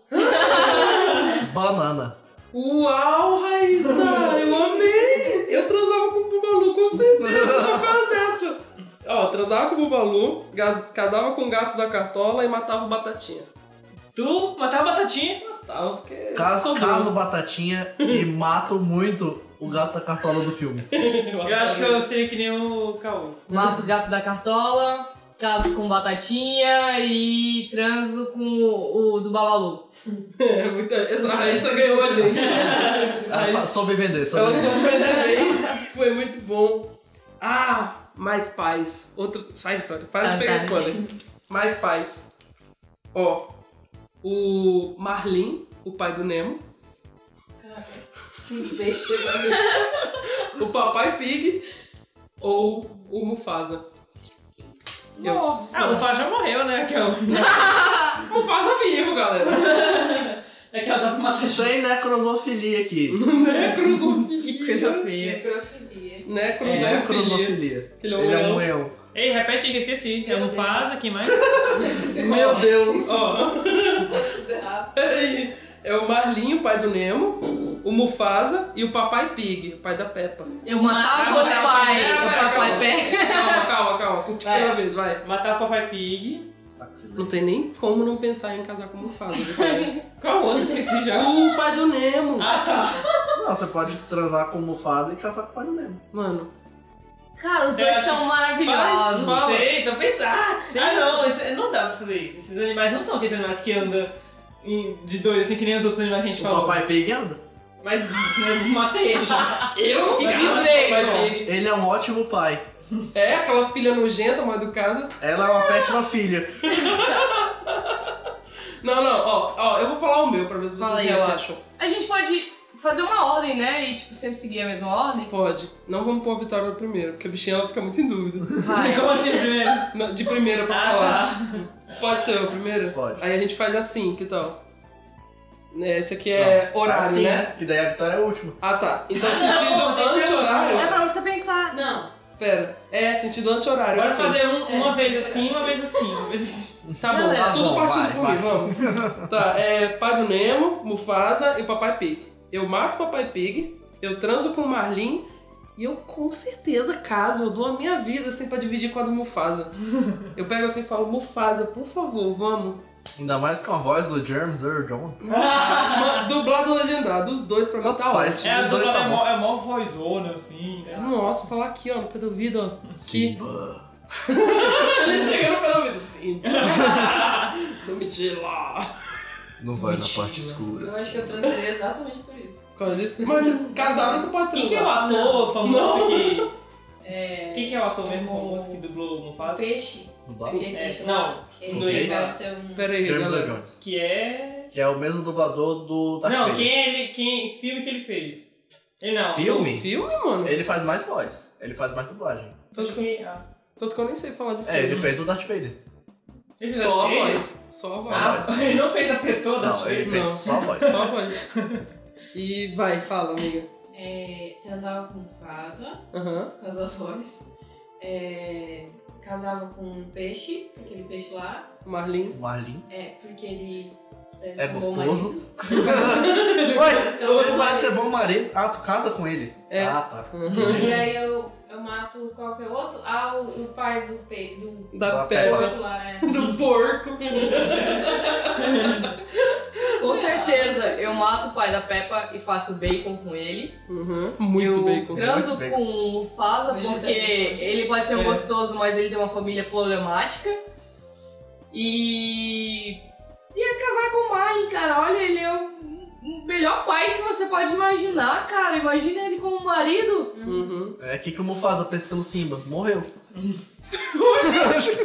Banana.
Uau, Raíssa! Eu amei! Eu transava com o Bubalu, com certeza, uma coisa dessa. Ó, transava com o Bubalu, gas- casava com o gato da cartola e matava o Batatinha.
Tu matava a batatinha?
Matava porque
Caso,
sobrou.
caso batatinha e mato muito o gato da cartola do filme.
Eu acho que eu seria que nem o Caô.
Mato o gato da cartola, caso com batatinha e transo com o, o do babalu.
É, muita... Essa Raíssa ganhou a gente.
Ah, só, só me vender, só
Ela
me vender.
surpreendeu
Né?
bem. Então, Foi muito bom. Ah, mais pais. Outro. Sai, Vitória. Para de
Tá,
pegar
tá.
spoiler. Mais pais. Ó. O Marlin, o pai do Nemo.
Um peixe.
O Papai Pig. Ou o Mufasa. Eu-
Ah, o
Nossa!
Fá já morreu, né? Que é o-
Mufasa vivo, galera.
é que ela dá pra matar gente.
Sem necrosofilia aqui.
Que
Necrosofilia.
coisa feia.
Necrofilia.
né?
É,
é Necrosofilia.
Necrosofilia.
Ele é um
Ele é
leão.
um leão.
Ei, repete aí que eu esqueci. É
Meu
um
Deus.
Fasa, quem mais?
Meu Deus.
Ó,
Peraí. É o Marlin, o pai do Nemo. O Mufasa e o Papai Pig, o pai da Peppa.
Eu matava o
Ah,
pai,
não,
o
não,
papai
não.
pé.
Calma, calma, calma. Conte
Vai.
cada vez, vai.
matar o Papai Pig.
Não
Sacrilégio.
tem nem como não pensar em casar com Mufasa. Vitória.
Qual outro? Esqueci já.
o pai do Nemo.
Ah, tá.
Não, você pode transar com o Mufasa e caçar com o pai do Nemo.
Mano,
Cara, os
Eu
dois
acho-
são
Mas,
maravilhosos.
não sei, então pensar.
Pensa.
Ah, não, isso- não dá pra fazer isso. Esses animais não são aqueles animais que andam em- de dois, assim que nem os outros animais que a gente
O
falou.
papai Pig anda.
Mas né, mata ele já.
eu
E
caso com o
Disney,
pai
João?
dele.
Ele é um ótimo pai.
É, aquela filha nojenta, mal educada.
Ela é uma péssima filha.
Não, não, ó, ó, eu vou falar o meu pra ver se vocês
Fala aí,
relaxam.
A gente pode fazer uma ordem, né? E tipo, sempre seguir a mesma ordem.
Pode. Não vamos pôr a Vitória no primeiro, porque a bichinha ela fica muito em dúvida.
Vai.
Como assim primeiro? Ah,
Não, De primeira pra falar.
tá.
Pode ser o primeiro?
Pode.
Aí a gente faz assim, que tal? Né, Esse aqui é horário,
assim,
né?
Que daí a vitória é a última.
Ah tá. Então sentido anti-horário.
É pra você pensar.
Não.
Pera. É, sentido anti-horário.
Bora
assim.
fazer um- uma vez assim, uma vez assim, uma vez assim.
Tá bom,
Beleza.
tudo
Bom,
partindo
vai,
por
vai.
mim, vamos. Tá, é Pai do Nemo, Mufasa e Papai Pig. Eu mato o Papai Pig, eu transo com o Marlin e eu com certeza caso, eu dou a minha vida assim pra dividir com a do Mufasa. Eu pego assim e falo, Mufasa, por favor, vamos.
Ainda mais com a voz do James Earl Jones.
Uma- Dublado ou legendado, os dois pra mim
Tanto
tá
faz.
ótimo.
É, a
Os dois
dupla
tá
é
bom.
mó- é mó vozona, assim. né?
Nossa, falar aqui, ó, no pé do ouvido, ó.
Simba.
Ele chega no pé do ouvido, sim. Não me tira lá.
Não vai
Mentira.
na parte escura. assim.
Eu acho que eu transaria exatamente por isso.
Por causa disso. Mas casamento pode
Quem que é o
transar.
ator famoso que.
É.
Quem que é o ator mesmo famoso que dublou o
O
Mufasa?
peixe.
Não dá?
Aquele
É,
peixe
não.
lá. Ele
Dois.
que vai ser um.
Pera aí,
James Earl
galera.
Jones.
Que é.
Que é o mesmo dublador do Dark
não,
Vader.
quem é ele. Quem... Filme que ele fez? Ele não.
Filme?
Filme, mano?
Ele faz mais voz. Ele faz mais dublagem.
Tanto que,
Que... Ah.
tanto que eu nem sei falar de filme.
É, ele fez o Darth Vader.
Ele fez
Só a
ele?
voz. Só a
Só
voz.
Ah, ele não fez a pessoa da
Não, ele
Shirley.
fez
Não.
só voz.
Só a voz. E vai, fala, amiga.
É, transava um, com fada,
Aham.
por causa da voz. É, casava com um peixe, aquele peixe lá.
Marlin.
O Marlin.
É, porque ele parece
É
um bom
gostoso. É
marido.
Ué,
Eu-
ele parece ser bom marido. Ah, tu casa com ele?
É.
Ah, tá.
E aí eu, eu mato qualquer outro. Ah, o, o pai do peixe, do
Da
Da
Peppa.
porco lá, é.
Do porco.
Com certeza, eu mato o pai da Peppa e faço bacon com ele.
Uhum. Muito
eu
bacon.
transo
muito bacon.
com o Faza
Vegetariano.
porque ele pode ser um
É.
gostoso, mas ele tem uma família problemática. E. ia casar com o Marlin, cara. Olha, ele é o o melhor pai que você pode imaginar, cara. Imagina ele como marido.
Uhum.
É, o que, que o Mufasa pensa pelo Simba? Morreu.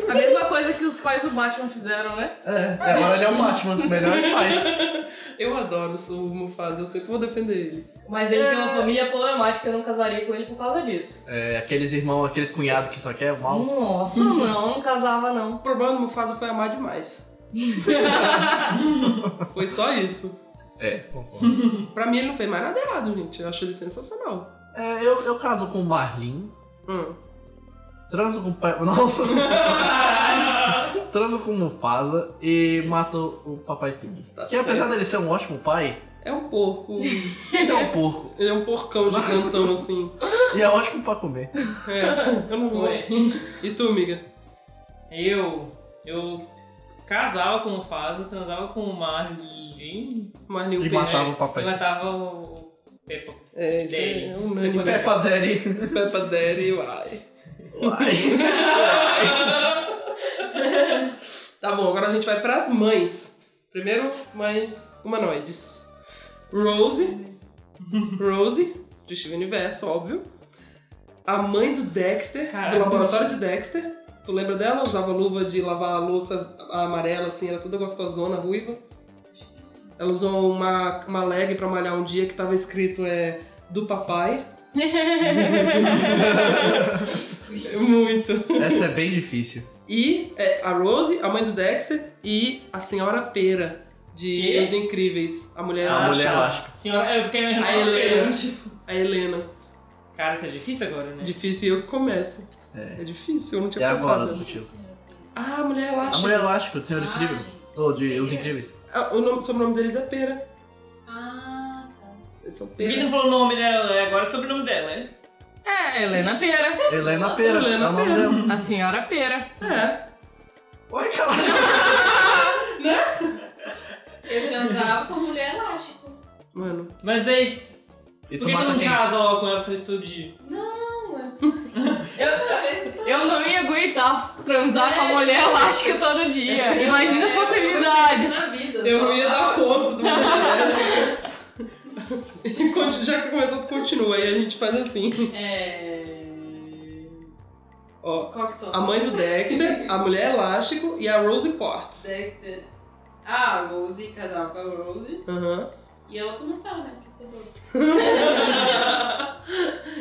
A mesma coisa que os pais do Batman fizeram, né?
É, e agora ele é o Batman, melhores pais.
Eu adoro o Mufasa, eu sempre vou defender ele.
Mas ele tem uma família problemática, eu não casaria com ele por causa disso.
É, aqueles irmãos, aqueles cunhados que só quer o mal.
Nossa, não, não casava não.
O problema do Mufasa foi amar demais. Foi só isso.
É, concordo.
Pra mim ele não fez mais nada errado, gente. Eu acho ele sensacional.
É, eu, eu caso com o Marlin,
Hum.
transo com o pai. Nossa, transo com o Mufasa e mato o Papai Pig.
Tá
que apesar dele ser um ótimo pai,
É um porco.
ele é um porco.
Ele é um porcão gigantão assim.
E é ótimo pra comer.
É, eu não vou.
Ué.
E tu, amiga?
Eu. Eu casava com o Faza, transava com o Marlin
Marlin o
E
peixe.
matava o
e
Papai Pig.
matava o Peppa.
É, isso aí é um anime.
Daddy.
Peppa Daddy.
Peppa Daddy, uai.
Uai.
Tá bom, agora a gente vai pras mães. Primeiro, mães humanoides. Rose. Rose, de Steve Universo, óbvio. A mãe do Dexter,
Caraca.
do laboratório de Dexter. Tu lembra dela? Usava luva de lavar a louça amarela, assim, era toda gostosona, ruiva. Ela usou uma, uma leg pra malhar um dia que tava escrito é do papai. Muito.
Essa é bem difícil.
E é, a Rose, a mãe do Dexter, e a senhora Pera, de
Que?
Os Incríveis. A mulher,
A
Ah,
mulher é,
tá.
elástica.
Senhora, eu fiquei imaginando.
A Helena.
Tipo,
a Helena.
Cara, isso é difícil agora, né?
Difícil eu que começo.
É.
É difícil, eu não
E
tinha
agora,
pensado.
do tio?
Ah, a mulher
A
elástica.
mulher elástica do Senhor Incrível. Ou de Os Incríveis.
Ah, o nome, sobrenome deles é Pera.
Ah, tá.
Eles são
Por que tu
Pera.
não falou o nome dela? É Agora é o sobrenome dela, né?
é, Helena Pera.
Helena Pera.
Helena
é o nome
Pera.
dela.
A senhora Pera.
É.
Oi, caralho.
Eu transava com mulher tipo, elástico.
Mano.
Mas é isso.
E tu
Por que tu
mata
não
quem?
casa logo com ela pra fazer isso de.
Não, mas
Eu,
talvez não.
eu não ia aguentar transar com a mulher elástica todo dia. Imagina as possibilidades.
Na vida,
Eu
só
não ia
tá
dar
ótimo.
conta do processo. E conti- Já que tu começou, tu continua. Aí a gente faz assim.
É...
Ó.
Qual que são?
A mãe do Dexter, a mulher elástico e a Rose Quartz.
Dexter. Ah, a Rose casava com a Rose.
Aham.
E a outra não tá, né? Porque eu sou doida.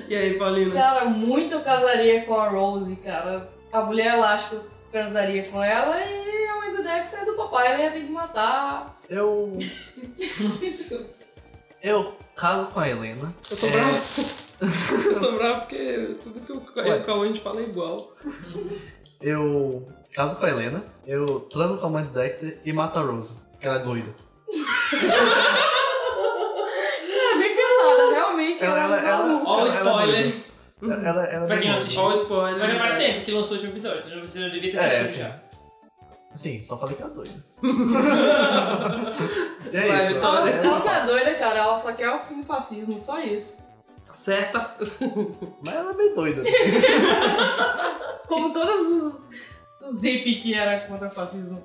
e aí, Paulina?
Cara, muito eu casaria com a Rose, cara. A mulher elástica eu transaria com ela e a mãe do Dex é do papai, ela ia ter que matar.
Eu. Eu caso com a Helena.
Eu tô brava. É. eu tô brava porque tudo que o
Ué.
eu, Cauã a gente fala é igual.
Eu caso com a Helena. Eu transo com a mãe do Dexter e mato a Rose. Que ela é doida.
É bem pesada, realmente. é
Ela, ela, ela, ela,
Ó, o
ela é doida.
spoiler.
Ela, ela, ela é
Pra quem
doida.
não assistiu.
Ó o spoiler.
Mas já faz
verdade.
tempo que lançou o último episódio, então você já devia ter
É,
assistido já.
Sim, só falei que ela é doida. e é
Vai,
isso.
Vitória.
Ela,
ela-
ela não é doida, cara. Ela só quer o fim do fascismo, só isso.
Tá Certa.
Mas ela é bem doida.
Como todos os, os hippies que era contra o fascismo.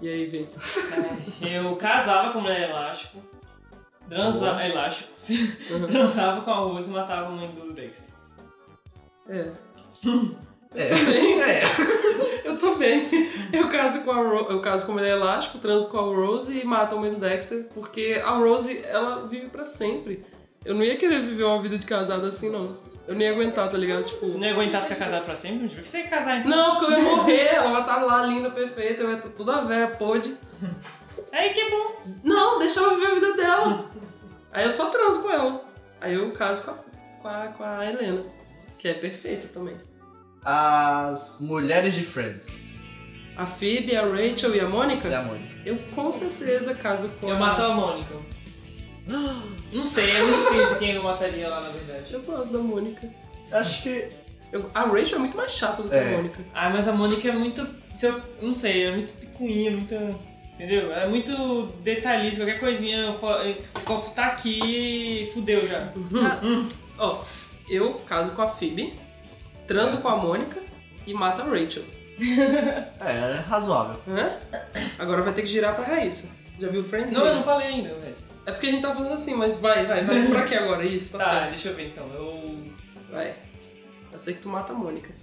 E aí, Vê? É.
Eu casava com mulher elástico, transava, elástico,
Uhum.
transava com a Rose e matava a mãe do Dexter.
É.
É.
Também.
É.
Eu tô bem. Eu caso com a Ro... eu caso com a mulher elástico, transo com a Rose e mato a mãe do Dexter, porque a Rose, ela vive pra sempre. Eu não ia querer viver uma vida de casada assim, não. Eu nem ia aguentar, tá ligado? Tipo,
Não ia aguentar ficar casado pra sempre? Não tive que você ia casar então.
Não, porque eu ia morrer, ela vai estar lá linda, perfeita, eu ia estar toda velha, pode.
Aí que bom.
Não, deixa ela viver a vida dela. Aí eu só transo com ela. Aí eu caso com a, com a, com a Helena, que é perfeita também.
As mulheres de Friends.
A Phoebe, a Rachel e a Mônica?
Cadê a Mônica?
Eu com certeza caso com
É. Eu
a...
mato a Mônica. Não sei, é muito difícil quem eu mataria lá, na verdade.
Eu gosto da Mônica.
Acho que.
Eu- A Rachel é muito mais chata do que
É.
a Mônica.
Ah, mas a Mônica é muito. se eu- Não sei, é muito picuinha, muito. Entendeu? É muito detalhista, qualquer coisinha. eu falo, "Eh, O copo tá aqui fudeu já.
Ó, eu caso com a Phoebe, transo com a Mônica e mato a Rachel.
É, é razoável.
Hã? Agora vai ter que girar pra Raíssa. Já viu Friends?
Não, eu não falei ainda, mas.
É porque a gente tá falando assim, mas vai, vai, vai. Pra que agora? Isso, tá,
Tá,
certo.
deixa eu ver então. Eu.
Vai. Eu sei que tu mata a Mônica.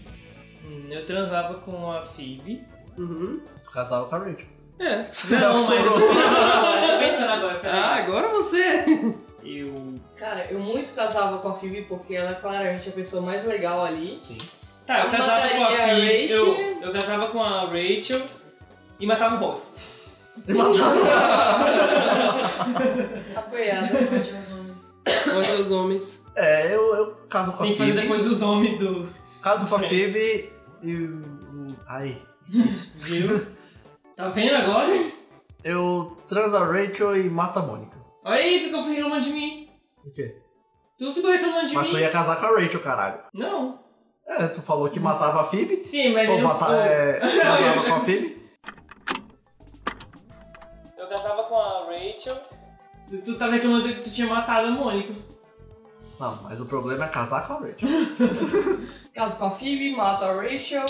hum, Eu transava com a Phoebe.
Uhum.
Casava com a Rachel.
É.
Não, mas eu tô
Sobrou.
pensando agora, tô pensando agora, peraí.
Ah, agora você!
Eu.
Cara, eu muito casava com a Phoebe porque ela é claramente a pessoa mais legal ali.
Sim.
Tá, eu
Eu
casava com a
mataria a
Phoebe. Eu,
Rachel.
eu casava com a Rachel e matava o boss.
E matava.
Apoiada.
Ótimos nomes.
Hoje os homens.
É, eu, eu caso com a
Tem que fazer
Phoebe.
depois dos homens do.
Caso com a
Friends.
Phoebe e. Ai.
Viu? Tá vendo agora?
Eu transo a Rachel e mato a Mônica.
Olha aí, ficou reclamando de mim.
O quê?
Tu ficou reclamando de
Mas tu
mim?
ia casar com a Rachel, caralho.
Não.
É, tu falou que matava a Phoebe.
Sim, mas
Ou
ele não
matar, é, casava com a Phoebe.
Eu casava com a Rachel. Tu- Tu tava reclamando que tu tinha matado a Mônica.
Não, mas o problema é casar com a Rachel.
Caso com a Phoebe, mato a Rachel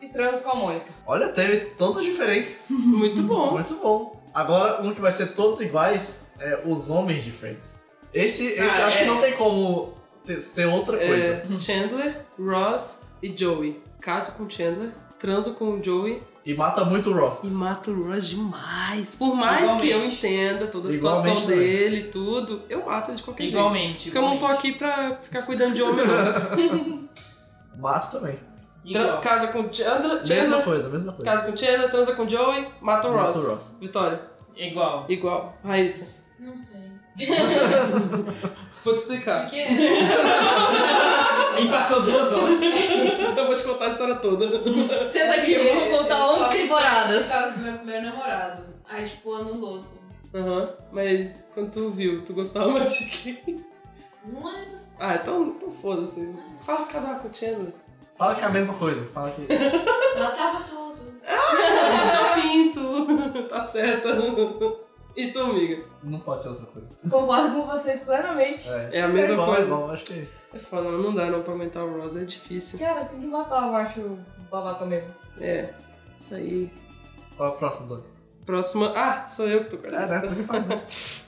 e transo com a Mônica.
Olha, teve todos diferentes.
Muito bom.
Muito bom. Agora, um que vai ser todos iguais é os homens de Friends. Esse, esse
Ah,
acho
é.
que não tem como ter- ser outra coisa.
É, Chandler, Ross e Joey. Caso com Chandler, transo com o Joey
E mata muito o Ross.
e mato o Ross demais. Por mais que eu
Igualmente.
entenda toda
Igualmente
a situação
também.
dele e tudo, eu mato ele de qualquer jeito.
Igualmente.
Porque eu não tô aqui pra ficar cuidando de homem, não.
Mato também.
Tran-
Igual.
casa com Chandler,
Mesma
Chandler
coisa, mesma coisa.
casa com Chandler, transa com Joey, mata o
Mata
Ross.
o Ross.
Vitória,
Igual.
igual. Raíssa,
Não sei.
vou te explicar.
Porque
E passou duas horas.
Eu vou te contar a história toda.
Senta tá aqui, eu vou contar 11 temporadas.
Por causa do meu primeiro namorado. Aí, tipo, anulou, assim.
Aham. Mas quando tu viu, tu gostava mais de quem?
Não é?
Ah, então, então foda-se. Fala que casava com o Chandler.
Fala que é a mesma coisa. Fala que.
Matava tudo.
Já pinto. Tá certa. E tu, amiga?
Não pode ser outra coisa.
Concordo com vocês plenamente.
É a mesma
igual,
coisa.
É igual, acho que.
É foda, não dá não pra aguentar o Rosa, é difícil.
Cara, tem que matar o macho babaca mesmo.
É, isso aí.
Qual é o próximo dono?
Próxima. Ah, sou eu que tô com
É, né?
essa.
Tu que faz, né?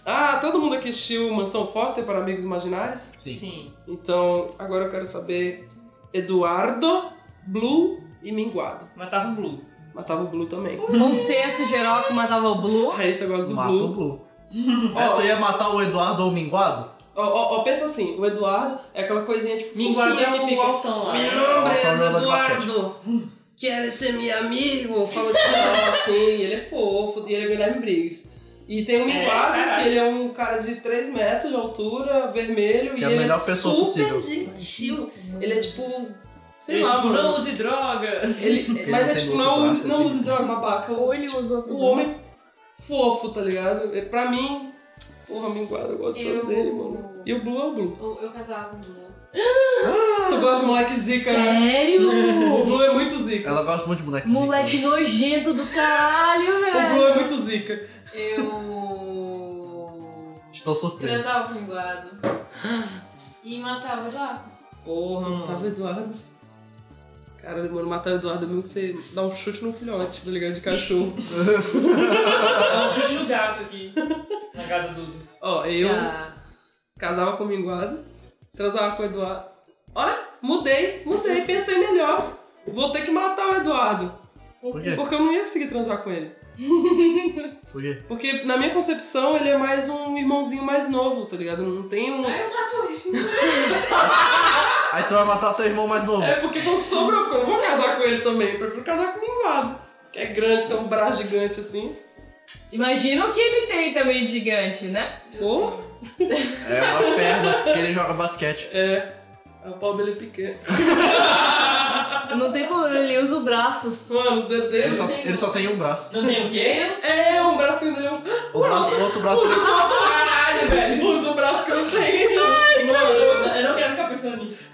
Ah, todo mundo aqui assistiu Mansão Foster para Amigos Imaginários?
Sim.
Sim.
Então, agora eu quero saber Eduardo, Blue e Minguado.
Matava o Blue.
Matava o Blue também.
Consenso geral que matava o Blue.
Aí você gosta do
Mata o
Blue.
Blue. É,
Ó,
tu ia matar o Eduardo ou o Minguado?
Ó, ó, ó, pensa assim, o Eduardo é aquela coisinha tipo
Minguado
fofinha
é o altão lá.
Meu
né?
nome é
Jogador de
Eduardo. Quer ser meu amigo? Fala de novo assim. e Ele é fofo. E ele é Guilherme Briggs. E tem o
É,
Minguado, que
caralho.
ele é um cara de 3 metros de altura, vermelho.
Que
e
é a
ele
melhor
é
pessoa
super
possível.
gentil. Ele é tipo... Sei
Ele,
lá,
tipo,
mano.
não use drogas.
Ele, mas
não
é
tem
tipo,
muito assim.
não
braço,
use, não
ele-
use droga, babaca.
Ou ele usou
O homem fofo, tá ligado? É, Pra mim... Porra, Minguado, eu gosto tanto dele, mano. E o Blue é o Blue.
Eu, eu casava com um o Bruno.
Tu gosta de moleque zica, né? O
Sério?
Blue é muito zica.
Ela gosta muito de boneco.
Moleque nojento do caralho,
O Blue
velho.
é muito zica.
Eu.
Estou surpreso.
Transava com o Eduardo. E matava o Eduardo.
Porra, mano.
Tava Eduardo. Cara, mano, matar o Eduardo é mesmo que você dá um chute no filhote, tá ligado? De cachorro.
Dá um chute no gato aqui. Na gata Duda.
Ó, eu
Ah,
casava com o Minguado, transava com o Eduardo. Olha, mudei, mudei, pensei melhor. Vou ter que matar o Eduardo.
Por quê?
Porque eu não ia conseguir transar com ele.
Por quê?
Porque, na minha concepção, ele é mais um irmãozinho mais novo, tá ligado? Não tem um.
Aí eu mato ele.
Aí tu vai matar teu irmão mais novo.
É porque foi o que sobrou, porque eu não vou casar com ele também. Eu prefiro casar com o Minguado, que é grande, tem um braço gigante assim.
Imagina o que ele tem também de gigante, né?
Eu
Pô.
sei.
É uma perna que ele joga basquete.
É, é o pau dele é pequeno.
Não tem problema, ele usa o braço.
Mano, os dedos
Ele
dele.
só,
sei.
ele só tem um braço.
Não tem o quê?
Deus.
É, um bracinho dele. um-
O braço, o outro braço.
Usa o braço, caralho, velho. Usa o braço que eu sei. Mano, eu, eu não quero ficar pensando nisso.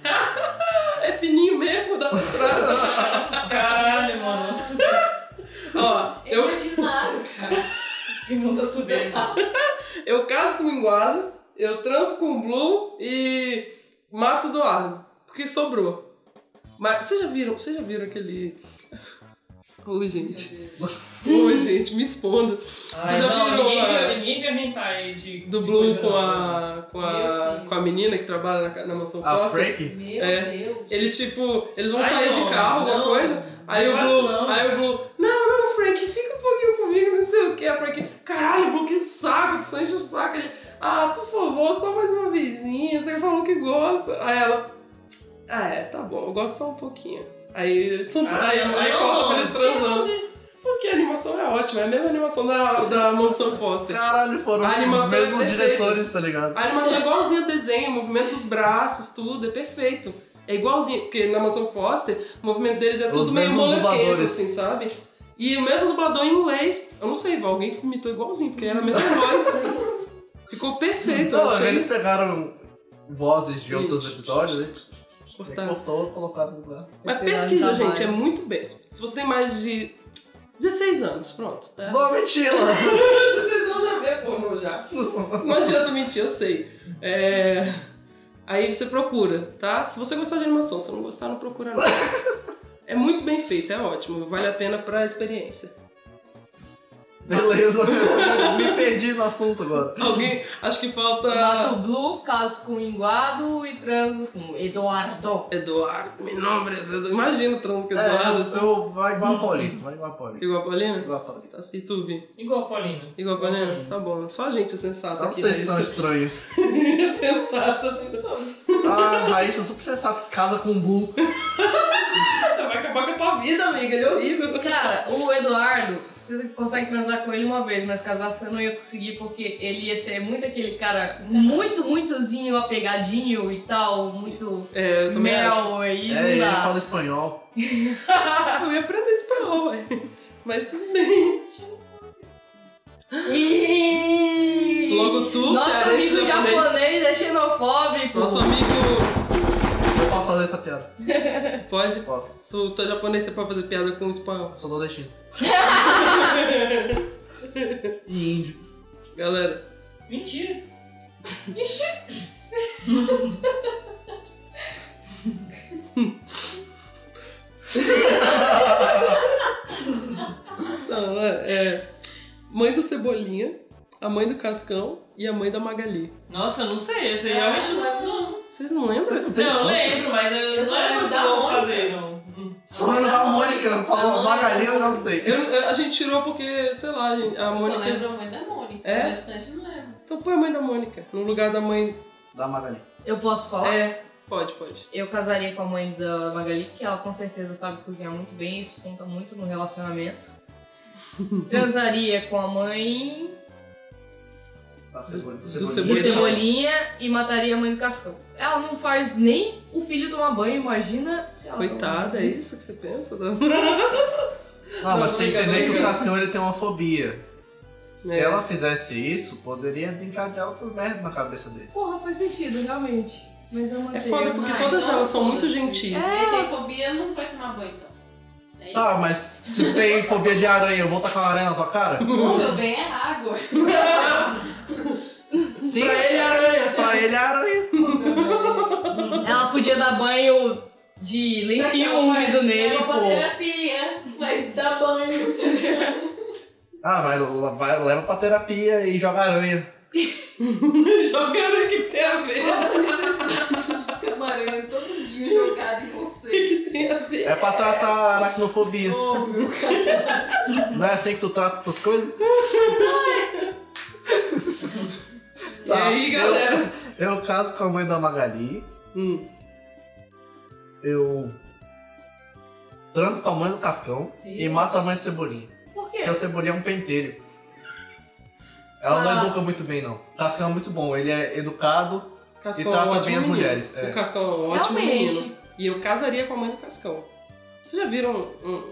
É fininho mesmo, dá pra trás.
Caralho, mano.
Ó, É, eu,
Imaginário.
Eu não estudei, mano.
eu caso com o linguado, eu transo com o blue e mato o Eduardo. Porque sobrou. Mas vocês já viram, vocês já viram aquele. Ui, gente. Ui, gente, me expondo.
Ai,
já
não,
viram,
ninguém,
mano?
viu, ninguém viu hentai de.
Do
de
Blue
coisa
com
não, né?
a. com
Eu
a.
sim.
com a menina que trabalha na, ca- na mansão
A
Costa.
Frank?
Meu
É.
Deus.
Ele tipo, eles vão
Ai,
sair
não,
de carro, alguma
não.
coisa. Aí o
Não
Blue.
faço, não.
Aí o Blue. Não, não, Frank, fica um pouquinho comigo, não sei o que. A Frank, caralho, Blue, que saco, que só enche o saco. Ele, ah, por favor, só mais uma vezinha, você falou que gosta. Aí ela. Ah, é, tá bom, eu gosto só um pouquinho. Aí eles estão.
Ah,
aí
não,
aí
não,
corta pra
não.
eles transando. Porque a animação é ótima, é a mesma animação da, da Mansão Foster.
Caralho, foram
A
os
animação
mesmos
é perfeita.
diretores, tá ligado?
A animação é igualzinha ao desenho, o movimento dos braços, tudo, é perfeito. É igualzinho, porque na Mansão Foster, o movimento deles é
Os
tudo meio
mesmos
molequento,
dubladores.
assim, sabe? E o mesmo dublador em inglês, eu não sei, alguém que imitou igualzinho, porque era a mesma voz. Ficou perfeito, eu
Então,
achei.
eles pegaram vozes de outros episódios, né?
Cortaram.
Cortou, colocaram no lugar.
Mas
Pegaram
pesquisa,
trabalho.
gente, é muito bem. Se você tem mais de 16 anos, pronto. Tá?
Não, mentira!
Vocês vão já ver pornô já. Não adianta mentir, eu sei. É, Aí você procura, tá? Se você gostar de animação, se não gostar, não procura não. É muito bem feito, é ótimo. Vale a pena pra experiência.
Beleza, me perdi no assunto agora.
Alguém... Acho que
Ah.
falta...
Mato Blue, caso com o linguado e transo com o Eduardo.
Eduardo, meu nome é Eduardo. Imagina o trânsito com Eduardo.
É,
assim.
eu, vai igual a Paulina, vai igual a Paulina.
Igual a Paulina?
Igual a Paulina.
Tá, se tu vi.
Igual a Paulina.
Igual a Paulina? Tá bom. Só gente sensata
Só
aqui.
vocês
né?
são estranhos.
sensata. assim.
Ah, Raíssa super sensato, casa com o Blue.
Vai acabar com a tua vida, amiga. Ele é horrível.
Cara, o Eduardo, você consegue transar com ele uma vez, mas casar você não ia conseguir porque ele ia ser muito aquele cara muito, muitozinho apegadinho e tal, muito
É, eu também acho.
mel e
É,
não
ele
dá.
fala espanhol.
Eu ia aprender espanhol, ué. Mas tudo bem.
E...
Logo tu,
Nosso
cearense,
amigo japonês é
Tá
xenofóbico.
Nosso amigo.
Eu posso fazer essa piada.
Tu pode?
Posso.
Tu, tu é japonês, você pode fazer piada com espanhol.
Sou nordestino. e índio.
Galera,
Mentira.
não, é. é Mãe do Cebolinha, a mãe do Cascão e a mãe da Magali.
Nossa, eu não sei. Esse aí
Eu
é
acho que não é bom.
Vocês Ah, não lembram?
Vocês não têm
Não, eu
infância?
lembro, mas eu,
Eu só
não é
lembro
muito
da
bom
Mônica.
fazer, não. Hum.
Só lembro da Mônica, falou Magalhães, eu não sei.
é, Eu- eu- a gente tirou porque, sei lá, a, gente- a
Eu só
Mônica.
lembro a mãe da Mônica.
É?
O restante não lembro.
Então põe a mãe da Mônica no lugar da mãe.
Da Magalhães.
Eu posso falar?
É, pode, pode.
Eu casaria com a mãe da Magali, que ela com certeza sabe cozinhar muito bem, isso conta muito no relacionamento. Transaria com a mãe
Da Cebolinha.
Do
do
Mãe do
Cebolinha e mataria a mãe do Cascão. Ela não faz nem o filho tomar banho, imagina se
Tá
ela.
Coitada, é
aí.
isso que você pensa?
Não, mas tem que
Não,
entender que
fica-
o Cascão ele tem uma fobia. Se
É.
ela fizesse isso, poderia desencadear outras merdas na cabeça dele.
Porra, faz sentido, realmente. Mas eu
É
mataria.
foda porque
Ah,
todas
então
elas são muito
foda-se.
gentis.
Se tem
Elas-
fobia, não vai tomar banho então. É isso.
Tá, mas se tu tem fobia de aranha, eu vou tacar uma aranha na tua cara?
Não, meu bem, é água.
Sim,
Pra ele é aranha.
pra ele é aranha.
Ela podia dar banho de lencinho
um
úmido nele,
Não, pra
pô.
terapia, mas dá banho.
Ah, mas l- vai, leva pra terapia e joga aranha.
Jogando que tem a ver.
Quanta necessidade de ter aranha todo dia jogada em você.
que tem a ver?
É pra tratar a aracnofobia.
Ô, meu cara.
Não é assim que tu trata tuas coisas? Tá,
E aí, galera? Hum,
Eu, eu caso com a mãe da Magali, eu transo com a mãe do Cascão e mato a mãe do Cebolinha.
Por quê?
Porque o Cebolinha é um pentelho. Ela
Ah.
não educa muito bem, não. O Cascão é muito bom, ele é educado
Cascão
e trata
é um
bem
ótimo
as
menino.
mulheres.
O
É.
Cascão é um ótimo
Realmente.
menino. E eu casaria com a mãe do Cascão. Vocês já viram um-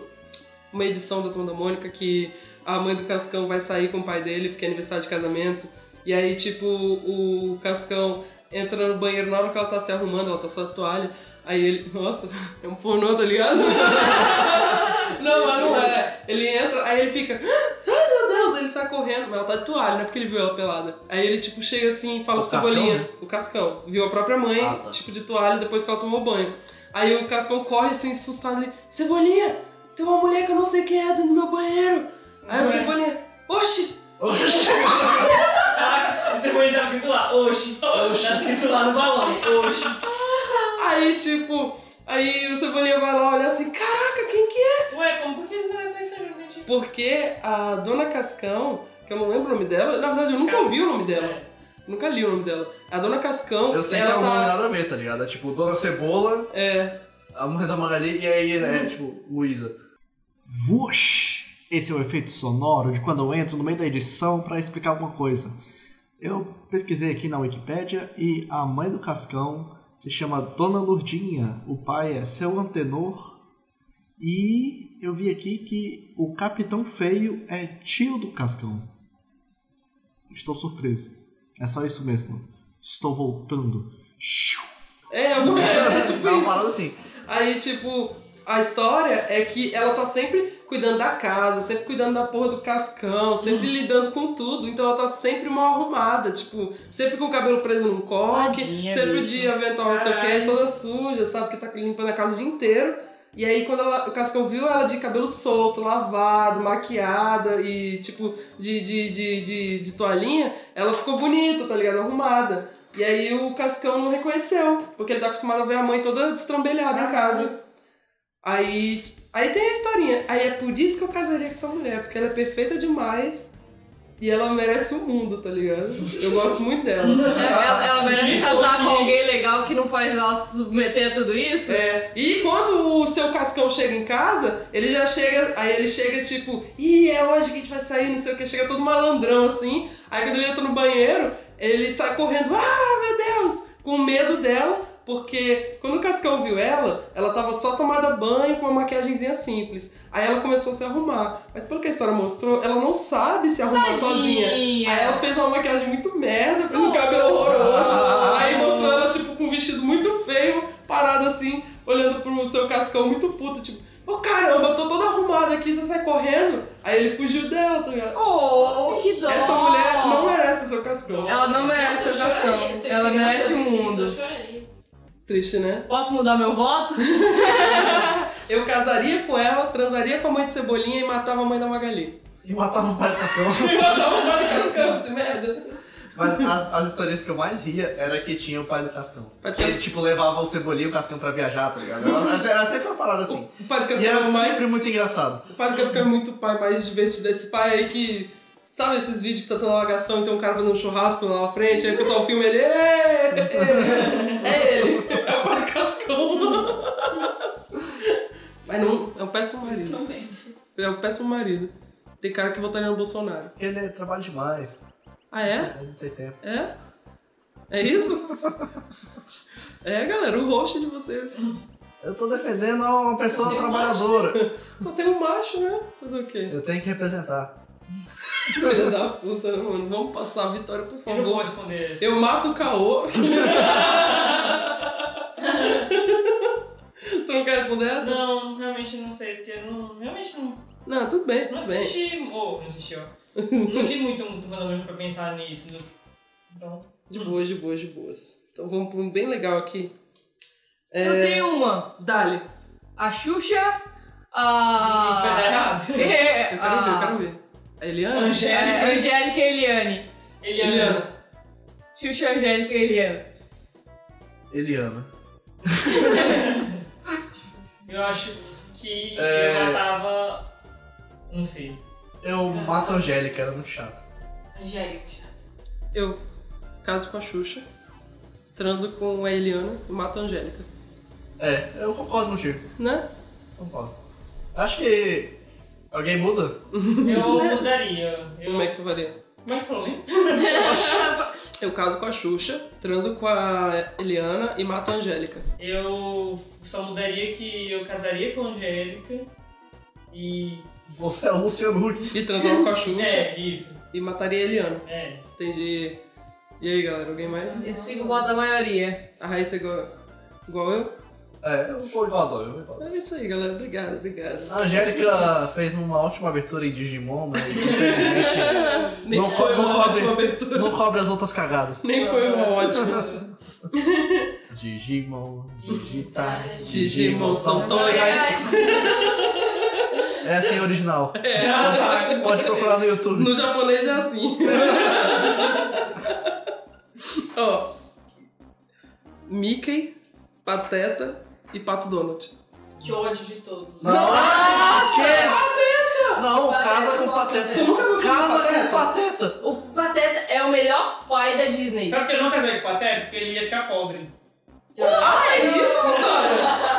uma edição da Turma da Mônica que a mãe do Cascão vai sair com o pai dele porque é aniversário de casamento? E aí, tipo, o Cascão entra no banheiro na hora que ela tá se arrumando, ela tá só de toalha. Aí ele, nossa, é um pornô, tá ligado? não, mas não é. Ele entra, aí ele fica, ai meu Deus, ele sai correndo. Mas ela tá de toalha, né? Porque ele viu ela pelada. Aí ele, tipo, chega assim e fala
O
pro
Cascão,
Cebolinha,
né?
o Cascão, viu a própria mãe,
Ah, tá.
tipo, de toalha depois que ela tomou banho. Aí o Cascão corre assim, assustado, ele, Cebolinha, tem uma mulher que eu não sei quem é dentro do meu banheiro. Aí o
Ué.
Cebolinha, oxe,
Ah, você vai entrar escrito lá, hoje. Tá escrito lá no balão, hoje.
Aí, tipo, aí o Cebolinha vai lá olhar assim, caraca, quem que é?
Ué, como por que eles não receberam, né, gente?
Porque a Dona Cascão, que eu não lembro o nome dela, na verdade eu nunca ouvi o nome dela. Nunca li o nome dela. A Dona Cascão,
Eu sei que
ela
é um nome
tá.
nada a ver, tá ligado? É tipo Dona Cebola,
É,
a mãe da Magali e aí é tipo Luísa. Vush! Esse é o efeito sonoro de quando eu entro no meio da edição pra explicar alguma coisa. Eu pesquisei aqui na Wikipédia e a mãe do Cascão se chama Dona Lurdinha, o pai é seu antenor e eu vi aqui que o Capitão Feio é tio do Cascão. Estou surpreso. É só isso mesmo. Estou voltando. Shiu.
é, é, é tipo
É uma
isso.
parada assim.
Aí, tipo, a história é que ela tá sempre cuidando da casa, sempre cuidando da porra do cascão, sempre
Hum.
lidando com tudo. Então ela tá sempre mal arrumada, tipo, sempre com o cabelo preso num coque,
Tadinha,
sempre
bicho.
de avental não sei o que,
Caralho.
toda suja, sabe? Que tá limpando a casa o dia inteiro. E aí, quando ela- o Cascão viu ela de cabelo solto, lavado, maquiada e, tipo, de, de, de, de, de toalhinha, ela ficou bonita, tá ligado? Arrumada. E aí o Cascão não reconheceu, porque ele tá acostumado a ver a mãe toda destrambelhada em casa. Aí, aí tem a historinha. Aí é por isso que eu casaria com essa mulher, porque ela é perfeita demais e ela merece o mundo, tá ligado? Eu gosto muito dela.
Ela, ela merece
Ninguém
casar
pode-
com alguém legal que não faz ela se submeter a tudo isso?
É, e quando o seu Cascão chega em casa, ele já chega, aí ele chega tipo, ih, é hoje que a gente vai sair, não sei o que, chega todo malandrão assim. Aí quando ele entra no banheiro, ele sai correndo, ah, meu Deus, com medo dela, porque quando o Cascão viu ela, ela tava só tomada banho com uma maquiagemzinha simples. Aí ela começou a se arrumar, mas pelo que a história mostrou, ela não sabe se arrumar sozinha. é
é.
Aí ela fez uma maquiagem muito merda, fez um cabelo horroroso. Aí mostrou ela, tipo, com um vestido muito feio, parada assim, olhando pro seu cascão muito puto, tipo, ô caramba, eu tô toda arrumada aqui, você sai correndo. Aí ele fugiu dela, tá ligado?
Oh, que dó!
Essa mulher não merece seu cascão.
Ela não merece o Cascão. Ela
um
merece o mundo.
Triste, né?
Posso mudar meu voto?
Eu casaria com ela, transaria com a mãe de Cebolinha e matava a mãe da Magali.
E matava o pai do Cascão.
E matava o pai do cascão, esse merda.
Mas as, as historinhas que eu mais ria era que tinha o pai do Cascão.
Pai do
Que ele, tipo, levava o Cebolinha e o Cascão pra viajar, tá ligado? Era, era sempre uma parada assim.
O pai do
E
cascão
era
é o mais
sempre muito engraçado.
O pai do Cascão é muito pai mais divertido. Esse pai aí que. Sabe esses vídeos que tá tendo alagação e tem um cara fazendo um churrasco lá na frente, aí o pessoal filma ele. "Ê, ê, ê". É ele! É o pai do Cascão! Mas não, é um péssimo marido. É um péssimo marido. Tem cara que votaria no Bolsonaro.
Ele é- trabalha demais.
Ah, é?
Não tem tempo.
É? É isso? É, galera, o rosto de vocês.
Eu tô defendendo uma pessoa trabalhadora.
Só tem um macho, né? Fazer o quê?
Eu tenho que representar.
Filha da puta, né, mano. Vamos passar a vitória, por
É, Eu não
favor.
vou responder essa.
Eu mato o caô. tu não quer responder essa?
Não, realmente não sei, porque eu não, realmente não,
Não, tudo bem, É,
não
tudo bem.
assisti, ou não assisti, ó. Não li muito um Turma da Mônica pra pensar nisso. nos- Então,
De boas, de boas, de boas. Então vamos pra um bem legal aqui. É,
Eu tenho uma.
Dali.
A Xuxa,
Ah.
isso vai dar
a...
errado.
É,
Eu quero ver, eu
a...
quero ver. A Eliana?
Angélica.
é, Angélica e Eliane.
Eliana.
Eliana.
Xuxa, Angélica e Eliane.
Eliana.
Eu acho que
É.
eu matava. Não sei.
Eu
Ah.
mato a Angélica, ela é muito chata.
Angélica, já.
Eu caso com a Xuxa, transo com a Eliana e mato a Angélica.
É, eu concordo contigo.
Né?
Concordo. Acho que. Alguém muda?
Eu mudaria. Eu...
é Como é que você faria?
Como é que falou, hein?
Eu caso com a Xuxa, transo com a Eliana e mato a Angélica.
Eu só mudaria que eu casaria com a Angélica e.
Você é o Luciano Huck.
E transava com a Xuxa
É, isso.
e mataria a Eliana.
É.
Entendi. E aí, galera, alguém mais?
Eu sigo o voto da maioria.
A Raíssa é igual, igual eu?
É, eu vou igual a Dói, eu vou igual a Dói.
É isso aí, galera. Obrigado, obrigado.
A Angélica fez uma ótima abertura em Digimon, mas infelizmente
Nem
Não
foi
co-
uma
não cobre.
ótima abertura.
não cobre as outras cagadas.
Nem foi uma ótima.
Digimon,
Digitais.
digitais,
Digimon são tão legais.
É assim original.
É,
Ah,
Pode procurar no YouTube.
No japonês é assim. Ó. Mickey, Pateta e Pato Donald.
Que ódio de todos.
Não, Nossa, não
Pateta
casa com
com
pateta.
Pateta.
Casa com pateta.
O Pateta é o melhor pai da Disney.
Sabe que eu não casei com o Pateta? Porque ele ia ficar pobre.
Ah,
é isso,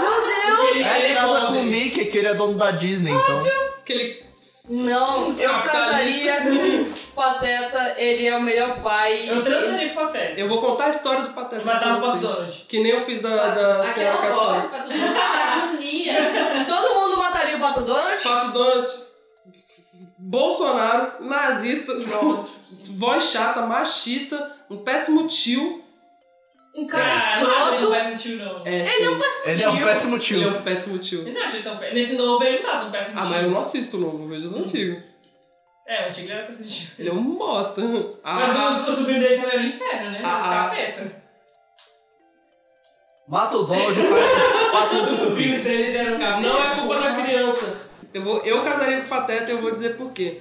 Meu Deus!
Porque ele
É
ele
casa
pobre.
com o Mickey, que ele é dono da Disney, então.
Aquele.
Não, eu
Capitalista.
casaria com o Pateta, ele é o melhor pai.
Eu transaria com o Pateta.
Eu vou contar a história do Pateta.
Vai
pra
dar um
vocês.
Pato Donald.
Que nem eu fiz da,
é
da senhora
Aquela voz
Cascão.
pra todo mundo agonia.
Todo mundo mataria o Pato Donald?
Pato Donald, Bolsonaro, nazista, voz chata, machista, um péssimo tio.
Um cara
Cara, ele É, não
escroto?
vai sentir, não.
É, ele, é um péssimo
Ele é um péssimo
ele é
tio.
um péssimo tio.
Eu não achei tão péssimo. Nesse novo ele não tá tão péssimo.
Ah, mas eu não assisto o novo, eu vejo os antigos.
É, o antigo ele era péssimo.
Ele é um bosta. Ah,
Mas o, o sobrinho dele também era um inferno, né?
Ah,
Os
ah.
capeta.
Mata o Donald e faz pateta do
Os
sobrinho.
sobrinhos dele eram capeta. Não é culpa da criança.
Eu, vou, eu casaria com o Pateta e eu vou dizer por quê.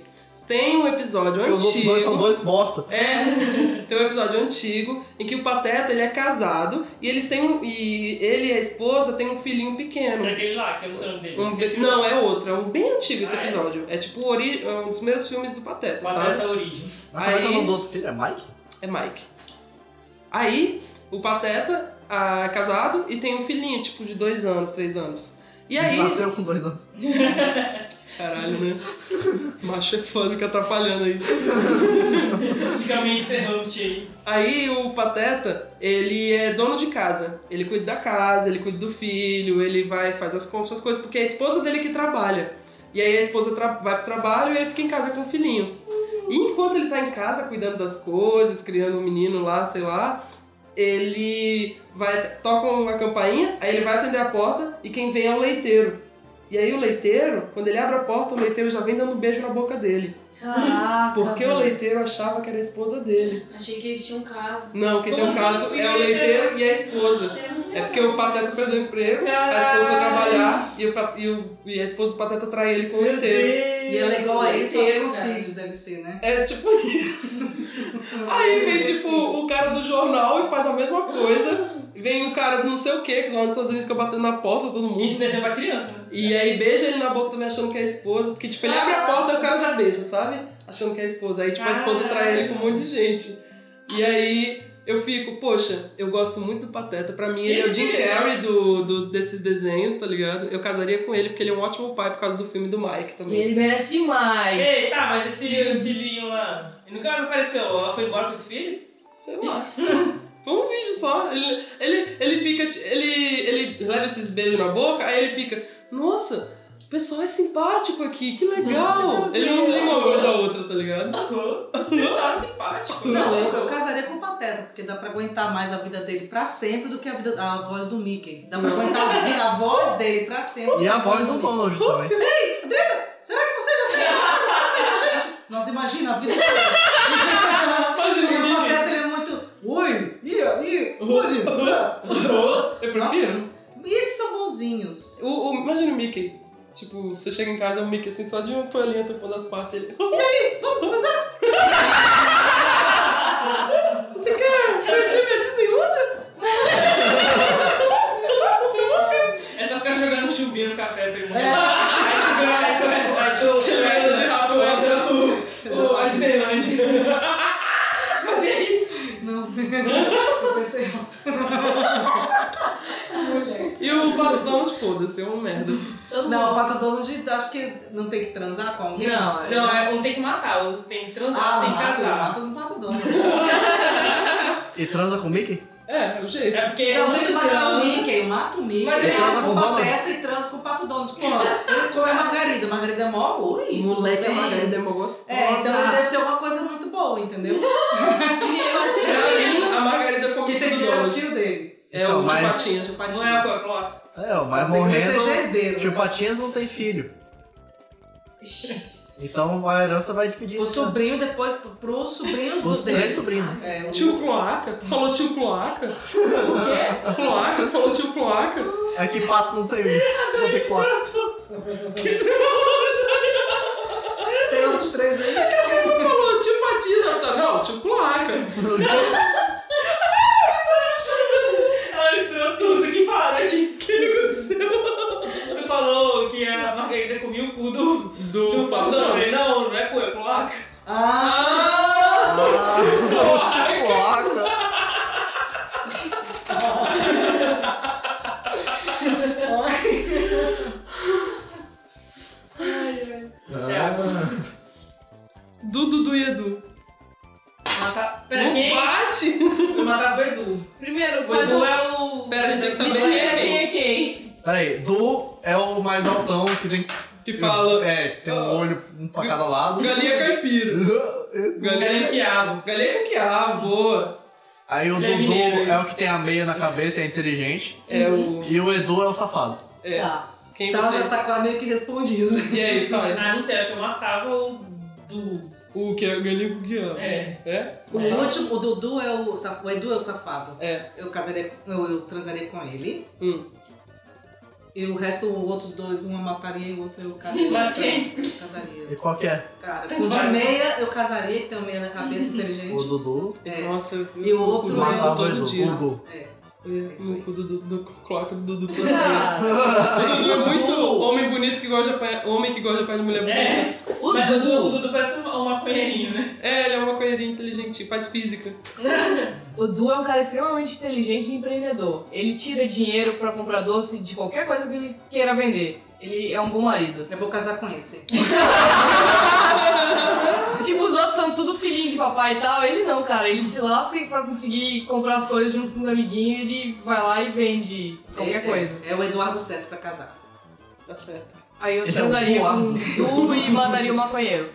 Tem um episódio
Porque
antigo.
os outros dois são dois bosta.
É, tem um episódio antigo em que o Pateta ele é casado e eles têm um, e ele e a esposa têm um filhinho
É
pequeno.
aquele lá, que eu não sei o nome dele.
Um be- não, é outro, é um bem antigo esse
Ah, é?
episódio. É tipo ori- é um dos primeiros filmes do Pateta, sabe?
Pateta Origem.
Mas como é que é o
Aí-
nome do outro filho? É Mike?
É Mike. Aí o Pateta ah, é casado e tem um filhinho tipo de dois anos, três anos. E aí
Ele nasceu com dois anos.
Caralho, né? Macho é foda que atrapalhando aí.
Os caminhos errantes aí.
Aí o Pateta, ele é dono de casa. Ele cuida da casa, ele cuida do filho, ele vai, faz as compras, as coisas, porque é a esposa dele que trabalha. E aí a esposa tra- vai pro trabalho e ele fica em casa com o filhinho. E enquanto ele tá em casa cuidando das coisas, criando o menino lá, sei lá, ele vai toca uma campainha, aí ele vai atender a porta e quem vem é o leiteiro. E aí o leiteiro, quando ele abre a porta, o leiteiro já vem dando um beijo na boca dele.
Caraca.
Porque o
velho.
leiteiro achava que era a esposa dele.
Achei que eles tinham um caso.
Não, quem tem um
Como
caso
assim?
é o leiteiro e a esposa. É porque o Pateta perdeu o emprego, a esposa foi trabalhar e, o, pa- e, o- e a esposa do Pateta trai ele com o leiteiro.
Deus.
E ela é igual a ele, só
Inteiro,
com os
cara.
cílios, deve ser, né?
É tipo isso. Aí vem tipo o cara do jornal e faz a mesma coisa. Vem o cara do não sei o que, que lá nos Estados Unidos fica batendo na porta, todo mundo.
Isso desenho pra criança, né?
E aí beija ele na boca também achando que é a esposa. Porque tipo, ele abre a porta e o cara já beija, sabe? Achando que é a esposa. Aí tipo, a esposa trai ele com um monte de gente. E aí eu fico, poxa, eu gosto muito do Pateta. Pra mim, ele é o Jim Carrey do, do- desses desenhos, tá ligado? Eu casaria com ele porque ele é um ótimo pai por causa do filme do Mike
E
também.
ele merece
Ei,
demais.
tá, mas esse filhinho lá. Ele nunca mais apareceu. Ela foi embora com esse filho?
Sei lá. Foi um vídeo só. Ele, ele, ele fica. Ele, ele leva esses beijos na boca, aí ele fica, nossa, o pessoal é simpático aqui, que legal! ele não liga uma coisa a outra, tá ligado?
Aham. Esse pessoal é simpático.
Não, eu, eu casaria com o Pateta, porque dá pra aguentar mais a vida dele pra sempre do que a, vida, a voz do Mickey. Dá pra aguentar a, vi- a voz dele pra sempre.
E a voz
assim?
do Donald também.
Será que você já tem a voz do Mickey, gente? Nossa, imagina a vida dele.
Imagina
E o
o Mickey.
Pateta, ele é muito... Oi, e aí, Rude?
Eu prefiro.
E eles são bonzinhos.
O, É o- imagina o Mickey. Tipo, você chega em casa, o Mickey assim, só de uma toalhinha tampando as partes. Ele...
Vamos começar?
Você quer conhecer minha Disneylandia?
É só ficar jogando chumbinho no café pra ele morrer.
É.
Aí tu ganha, aí tu recebe tu- tu ganha de rato, mas o- o- a Disneylândia. Fazia isso.
Não, eu pensei...
Mulher.
E o Pato Donald, foda-se, é uma merda.
Todo
Não, o
mundo.
Pato Donald, acho que não tem que transar com alguém.
Não,
Não, é um tem que matar, outro tem que transar,
Ah,
tem que
mato,
casar.
mato no Pato Donald.
E transa com o Mickey?
É, o jeito. É porque
Eu muito matar o
trans.
Mickey, eu mato é o Mickey.
Mas ele
eu
transa
mato
com o Donald?
Pateta e transo com o Pato Donald. Pô, ele come a Margarida. Margarida é mó ruim.
Moleque, a
Bem-
Margarida é mó gostosa.
É, então ele deve ter uma coisa muito boa, entendeu?
é,
é,
Pra mim, A Margarida come
Que tem
tudo
dinheiro
dois.
tio dele.
É
Então,
o
mas-
Chupatinhas.
Tio Patinhas.
Não é a Coca-Cola.
É, o
Pode
mais
ser que ele
morrendo. tipo,
seja herdeiro.
Tio Patinhas não tem filho. Então a herança vai dividir.
O sobrinho depois pro- pro sobrinho
Os
do
três
dele.
sobrinhos.
É, o-
Tio Cloaca? Tu falou tio Cloaca? O quê? Cloaca? Tu falou tio Cloaca?
É que pato não tem não tem quatro.
Que você falou?
Tem outros três aí.
Falou tio Patinhas. ela tá- Não, tio Cloaca. Ela misturou tudo que fala que, que aconteceu. Tu falou que a Margarida comia o cu do, do, do pato. Eu falei, não, não é cu, é cloaca.
Ah,
Ah,
Ah!
coloca. Ah,
Du, Dudu e Edu.
Matar.
Não
Pera, quem?
bate!
Eu matava o Edu.
Primeiro,
O
faz
Edu
um...
é o.
Pera, tem que
Me
saber
explica
quem
quem é quem.
Peraí, Du é o mais altão que tem que.
Que fala é,
É, que tem um olho um pra cada lado.
galinha caipira. um
Galinha
Galinha,
Quiabo.
galinha que ah, boa.
Aí o
Ele é
Dudu
mineiro.
é o que tem a meia na cabeça, é inteligente.
É o.
E o Edu é o safado.
É.
tá.
Quem
Então
você.
já tá quase meio que respondido.
É.
E aí, fala.
Ah, não sei, acho que eu matava o do.
O que é galinha com que ama.
É.
É?
O
É.
último, o Dudu é o, sa- o Edu é o safado.
É.
Eu casaria, eu, eu transaria com ele.
Hum.
E o resto, o outro dois, um eu mataria e o outro eu casaria.
Mas quem?
Eu casaria.
E qual que é?
Cara,
Tanto
com o de
faz.
meia eu casaria, que tem o meia na cabeça,
O
inteligente.
Dudu
É.
Nossa,
E o outro
eu
é
como
matava
o
o
todo
Edu.
dia.
O Dudu.
É,
Isso aí.
no cu do Dudu, no cloaca do Dudu todos os dias.
Ah,
O Dudu é muito homem bonito que gosta de apanhar, homem que gosta de apanhar de mulher bonita.
É.
o
Mas o Dudu, o
Dudu,
Dudu parece um, um maconheirinho, né?
É, ele é uma coelhinha inteligente, faz física.
O Du é um cara extremamente inteligente e empreendedor. Ele tira dinheiro pra comprar doce de qualquer coisa que ele queira vender. Ele é um bom marido.
eu vou casar com esse.
tipo, os outros são tudo filhinho de papai e tal. Ele não, cara. Ele se lasca pra conseguir comprar as coisas junto com os amiguinhos. Ele vai lá e vende qualquer
É,
coisa.
É, é o Eduardo certo pra casar.
Tá certo.
Aí eu
Ele é
transaria
um
com o Du e mataria o maconheiro.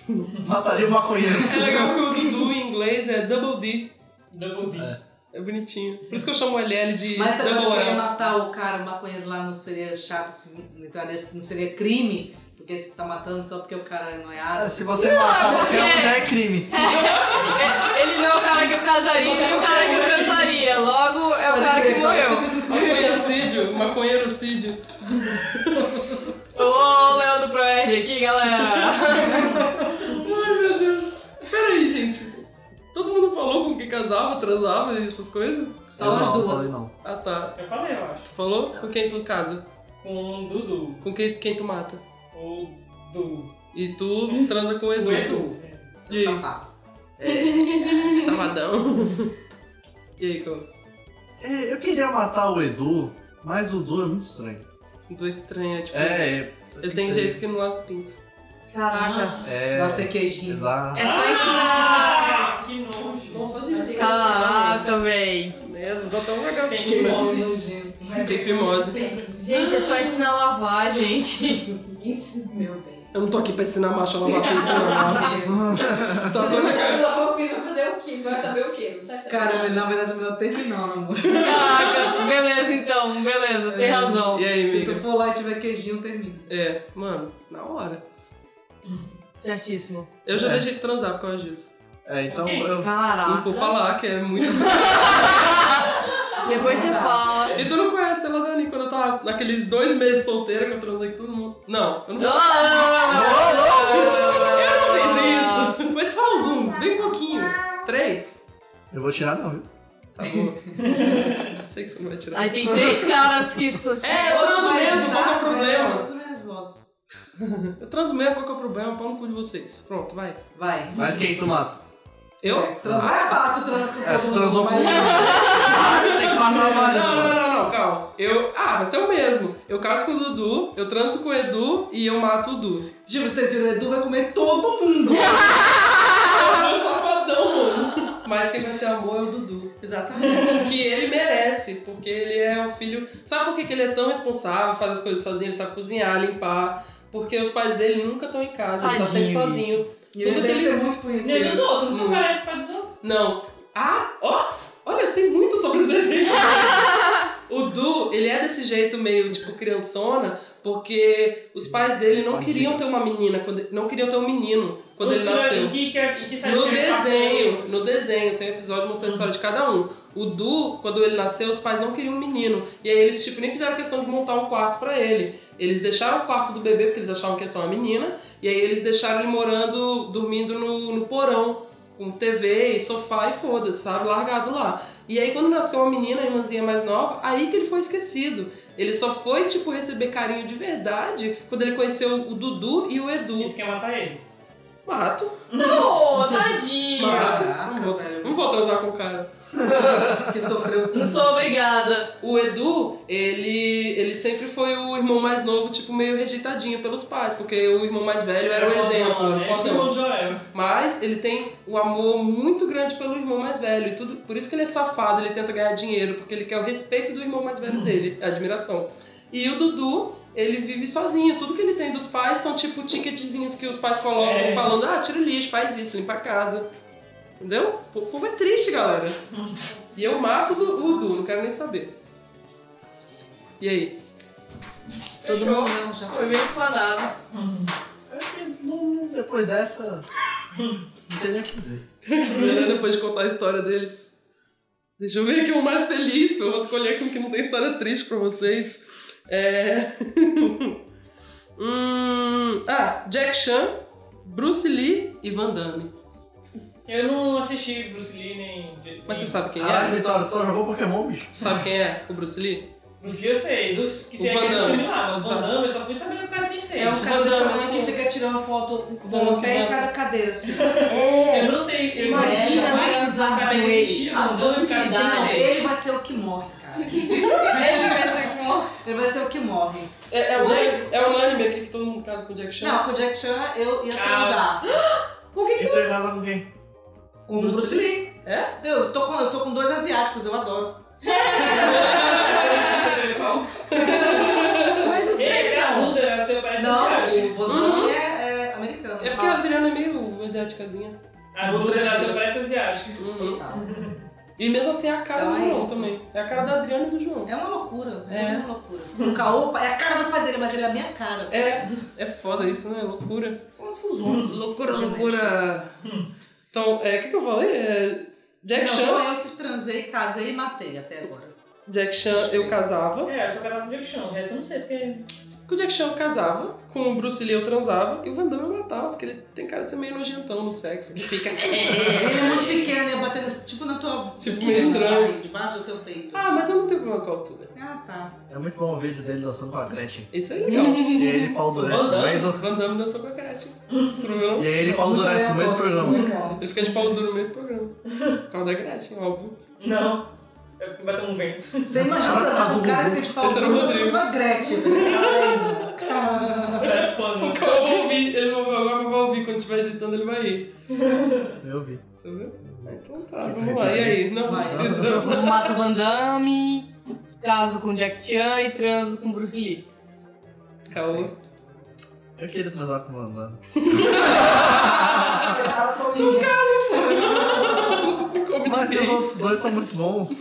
mataria o maconheiro.
É legal que o Dudu em inglês é Double D.
Double D.
É bonitinho. Por isso que eu chamo o LL de
Mas você acha
Double
que ia
L.
matar o cara, o maconheiro lá, não seria chato, assim, não entraria- não seria crime? Porque você tá matando só porque o cara não é árabe.
Se você matar qualquer
porque-
um, já é crime.
É, Ele não é o cara que eu casaria nem o cara que eu transaria. Logo, é o cara que morreu.
Maconheirocídio, maconheirocídio.
Ô, Leão do Proerd aqui, galera.
Ai, meu Deus. Peraí, gente. Todo mundo falou com que casava, transava e essas coisas?
Só as
não,
duas.
falei não.
Ah, tá.
Eu falei, eu acho.
Tu falou? Com quem tu casa?
Com o Dudu.
Com quem, quem tu mata?
O Du.
E tu transa com o Edu.
O Edu.
E aí?
Safado.
É, safadão. E aí, Cão?
É, Eu queria matar o Edu, mas o Dudu é muito estranho.
Do estranho, é tipo.
É, é.
Ele tem
sei.
jeito que não lava o pinto.
Caraca.
É.
Nossa, tem queijinho.
Exato.
É só isso na...
Ah, que nojo.
Nossa, de
Caraca, véi.
É, não bota um
Tem que
vagabundo.
morrer.
Tem fimose.
Gente, é só ensinar a lavar, gente.
Meu bem.
Eu não tô aqui pra ensinar macho a lavar pinto, não.
Se
Só
não
quando
sabe lavar o pino, vai fazer o quê? Vai saber o quê? Não sabe saber
Cara,
nada.
mas na verdade é melhor terminar, meu amor.
Caraca, beleza então, beleza, tem razão.
E aí,
Se tu
amiga?
for lá e tiver queijinho, termina.
É, mano, na hora.
Certíssimo.
Eu já
É.
deixei de transar por causa disso.
É, então
Ok.
eu.
Não vou
Caraca.
falar que é muito.
Depois você fala.
e tu não conhece ela, Dani, quando eu tava naqueles dois meses solteira que eu transei com todo mundo. Não, eu não
Não, não,
Eu não
não, não, não.
fiz isso. Foi só alguns, bem pouquinho. Três.
Eu vou tirar não, viu?
Tá bom. Sei que você não vai tirar.
Aí tem três caras que isso.
É, eu transo mesmo, qual que é o problema?
Todas as minhas vozes.
Eu transo mesmo, qual que é o problema? Pau no cu de vocês. Pronto, vai.
Vai.
Mas quem tu mata?
Eu?
É, Transar é fácil, transar com
É,
todo
tu
mundo,
transou com
mas-
Ah, você tem que matar vários.
Não, não,
mano.
não, não, calma. Eu. Ah, vai ser o mesmo. Eu caso com o Dudu, eu transo com o Edu e eu mato o Dudu.
Tipo, vocês viram, o Edu vai comer todo mundo.
Ah, safadão, mano. Mas quem vai ter amor é o Dudu. Exatamente. que ele merece, porque ele é um filho. Sabe por que, que ele é tão responsável, faz as coisas sozinho, ele sabe cozinhar, limpar. Porque os pais dele nunca estão em casa, ele tá
Tadinho.
sempre sozinho.
E ele
Tudo
deve
que ele-
ser muito bonito.
Nem dos outros,
Hum.
não parece pai dos outros.
Não. Ah, ó! Olha, eu sei muito sobre os desenhos. o Du, ele é desse jeito meio, tipo, criançona, porque os pais dele não
Paizinho.
queriam ter uma menina, quando- não queriam ter um menino quando ele
Mostrando
nasceu.
Em que, que, em que sessão
No
ele passa isso.
desenho, no desenho, tem um episódio mostrando a história de cada um. O Du, quando ele nasceu, os pais não queriam um menino. E aí eles, tipo, nem fizeram questão de montar um quarto pra ele. Eles deixaram o quarto do bebê, porque eles achavam que ia ser uma menina. E aí eles deixaram ele morando, dormindo no, no porão, com TV e sofá e foda-se, sabe? Largado lá. E aí quando nasceu uma menina, a irmãzinha mais nova, aí que ele foi esquecido. Ele só foi, tipo, receber carinho de verdade quando ele conheceu o Dudu e o
E
Edu.
tu quer matar ele.
Mato.
Não, tadinho.
Mato.
Caraca,
não, vou,
velho.
não vou transar com o cara.
Que sofreu
Não
tanto.
sou obrigada.
O Edu, ele, ele sempre foi o irmão mais novo, tipo, meio rejeitadinho pelos pais, porque o irmão mais velho era o exemplo,
Né?
era o
Esse é
fodão.
o Joel.
Mas ele tem um amor muito grande pelo irmão mais velho, e tudo, por isso que ele é safado, ele tenta ganhar dinheiro, porque ele quer o respeito do irmão mais velho dele, a admiração. E o Dudu, ele vive sozinho, tudo que ele tem dos pais são tipo ticketzinhos que os pais colocam
É.
falando, ah, tira o lixo, faz isso, limpa a casa. Entendeu? O povo é triste, galera. E eu mato do- o Dudu, não quero nem saber. E aí?
Todo mundo não, já.
Foi bem explanado.
Hum.
Depois dessa. Não tem nem o que dizer.
né, Depois de contar a história deles. Deixa eu ver aqui o mais feliz, pra eu vou escolher aqui um que não tem história triste pra vocês. É... Hum, Ah, Jack Chan, Bruce Lee e Van Damme.
Eu não assisti Bruce Lee nem.
Mas você
nem-
sabe quem
Caralho,
é?
Vitória, tu só jogou Pokémon, bicho?
Sabe quem é o Bruce Lee?
Bruce Lee eu sei, dos que
O
tem
Van
aquele
Damme.
filme lá, mas o Van
Sabe.
Damme eu só fui saber por causa de Sensei.
É um cara
Rodando,
dessa mãe
assim.
que fica tirando foto com
Falando
o
que
pé e
dança.
cara cadeira assim.
Eu não sei, eu
Imagina
imagino mais
dançar com
saber que
é ele,
existia
as
Van Damme e cara de
Não,
possibilidades.
Sensei.
ele vai ser o que morre, cara.
Ele vai ser com
Ele vai ser o que morre.
É, é, o
Jack-
é unânime aqui que todo mundo casa com o Jack Chan.
Não, com o Jack Chan eu ia
Ah.
transar.
Com quem?
E tu ia casar com quem?
Com o
Bruce
Bruce Lee.
É?
Eu tô, com, eu tô com dois asiáticos, eu adoro.
Mas os
Ele
três
é a
são.
Duda, né? Você parece
Não,
asiático.
o Bonão é, é americano.
É porque a Adriana é meio asiáticazinha.
A
Duda
Duda, né? Você
Jesus.
parece asiático.
Uhum.
Ah,
E mesmo assim é a cara
Então
do
é
João
isso.
também. É a cara da Adriana e do João.
É uma loucura, é,
É.
uma loucura. O Caô é a cara do pai dele, mas ele é a minha cara.
É, é foda isso, né? Loucura.
São as
Uhum.
fusões.
Loucura,
Genéticas.
Então, é, o que, que eu falei? É, Jack
Não,
Chan.
sou eu que transei, casei e matei até agora.
Jack Chan eu casava.
É, eu sou casado com o Jack Chan, o resto eu não sei, porque.
Com o Jack Chan eu casava. Com o Bruce Lee eu transava. E o Van Damme eu matava, porque ele tem cara de ser meio nojentão no sexo. Que fica.
Ele é muito pequeno, ia bater nesse- tipo na tua.
Tipo,
aqui,
meio
na
estranho.
barriga, Debaixo do teu peito.
ah, mas eu não tenho problema com a altura.
Ah, tá.
É muito bom o vídeo dele dançando com a Gretchen.
Isso é legal.
E aí ele Paulo Durez no meio do.
Van Damme dançou com a Gretchen. Problema.
E aí ele Paulo Durez no meio do programa.
Ele fica de pau duro no meio do programa. Por causa da Gretchen, óbvio.
Não. É porque bateu um vento.
Você imagina
Ela tá
o cara
do-
que te
Esse era o
falou
Rodrigo.
com a Gretchen. Ai, cara.
Parece pano.
Eu vou ouvir, ele vai, agora eu vou ouvir quando estiver editando, ele vai rir.
Eu vi.
Você viu? Ah, Então tá, vamos lá. E aí? Não
Vai.
precisa.
Eu mato Van Damme, caso com Jack Chan e transo com Bruce Lee.
Calma.
Eu queria transar com o Mandano.
Ah, Ela tá falou comigo.
Como
Mas
ninguém.
os outros dois são muito bons.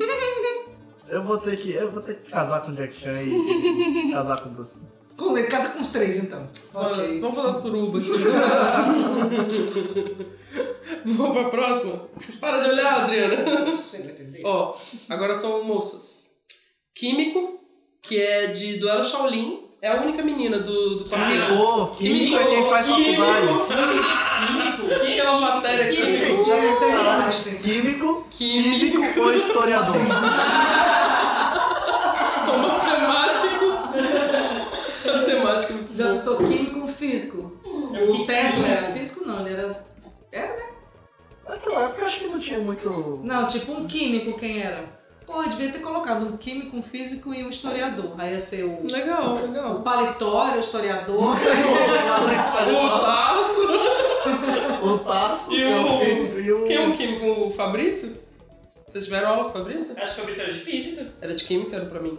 Eu vou ter que. Eu vou ter que casar com o Jack Chan e casar com o Bruce. Lee.
Com ele, casa com os três então.
Olha,
Ok.
Vamos falar suruba. aqui. vamos pra próxima? Para de olhar, Adriana.
Você vai entender.
Ó, agora são moças. Químico, que é de Duelo Shaolin, é a única menina do, do
Ah.
Químico!
quarteto.
Químico é quem faz faculdade.
Químico?
Que é uma matéria que
Químico.
Caralho. Químico,
Químico,
físico ou historiador?
matemático. matemático muito
Já
bom.
sou químico ou físico?
Uhum.
O Tesla era físico não, ele era.
Naquela época eu acho que não tinha muito.
Não, tipo um químico quem era? Pô, eu devia ter colocado um químico, um físico e um historiador. Aí ia ser o.
Legal, legal.
O paletório, o historiador.
O passo.
o Tasso
E
que é o
o-
físico e o.
Quem é o químico? O Fabrício? Vocês tiveram aula com o Fabrício?
Acho que a professora de física.
Era de química, era pra mim.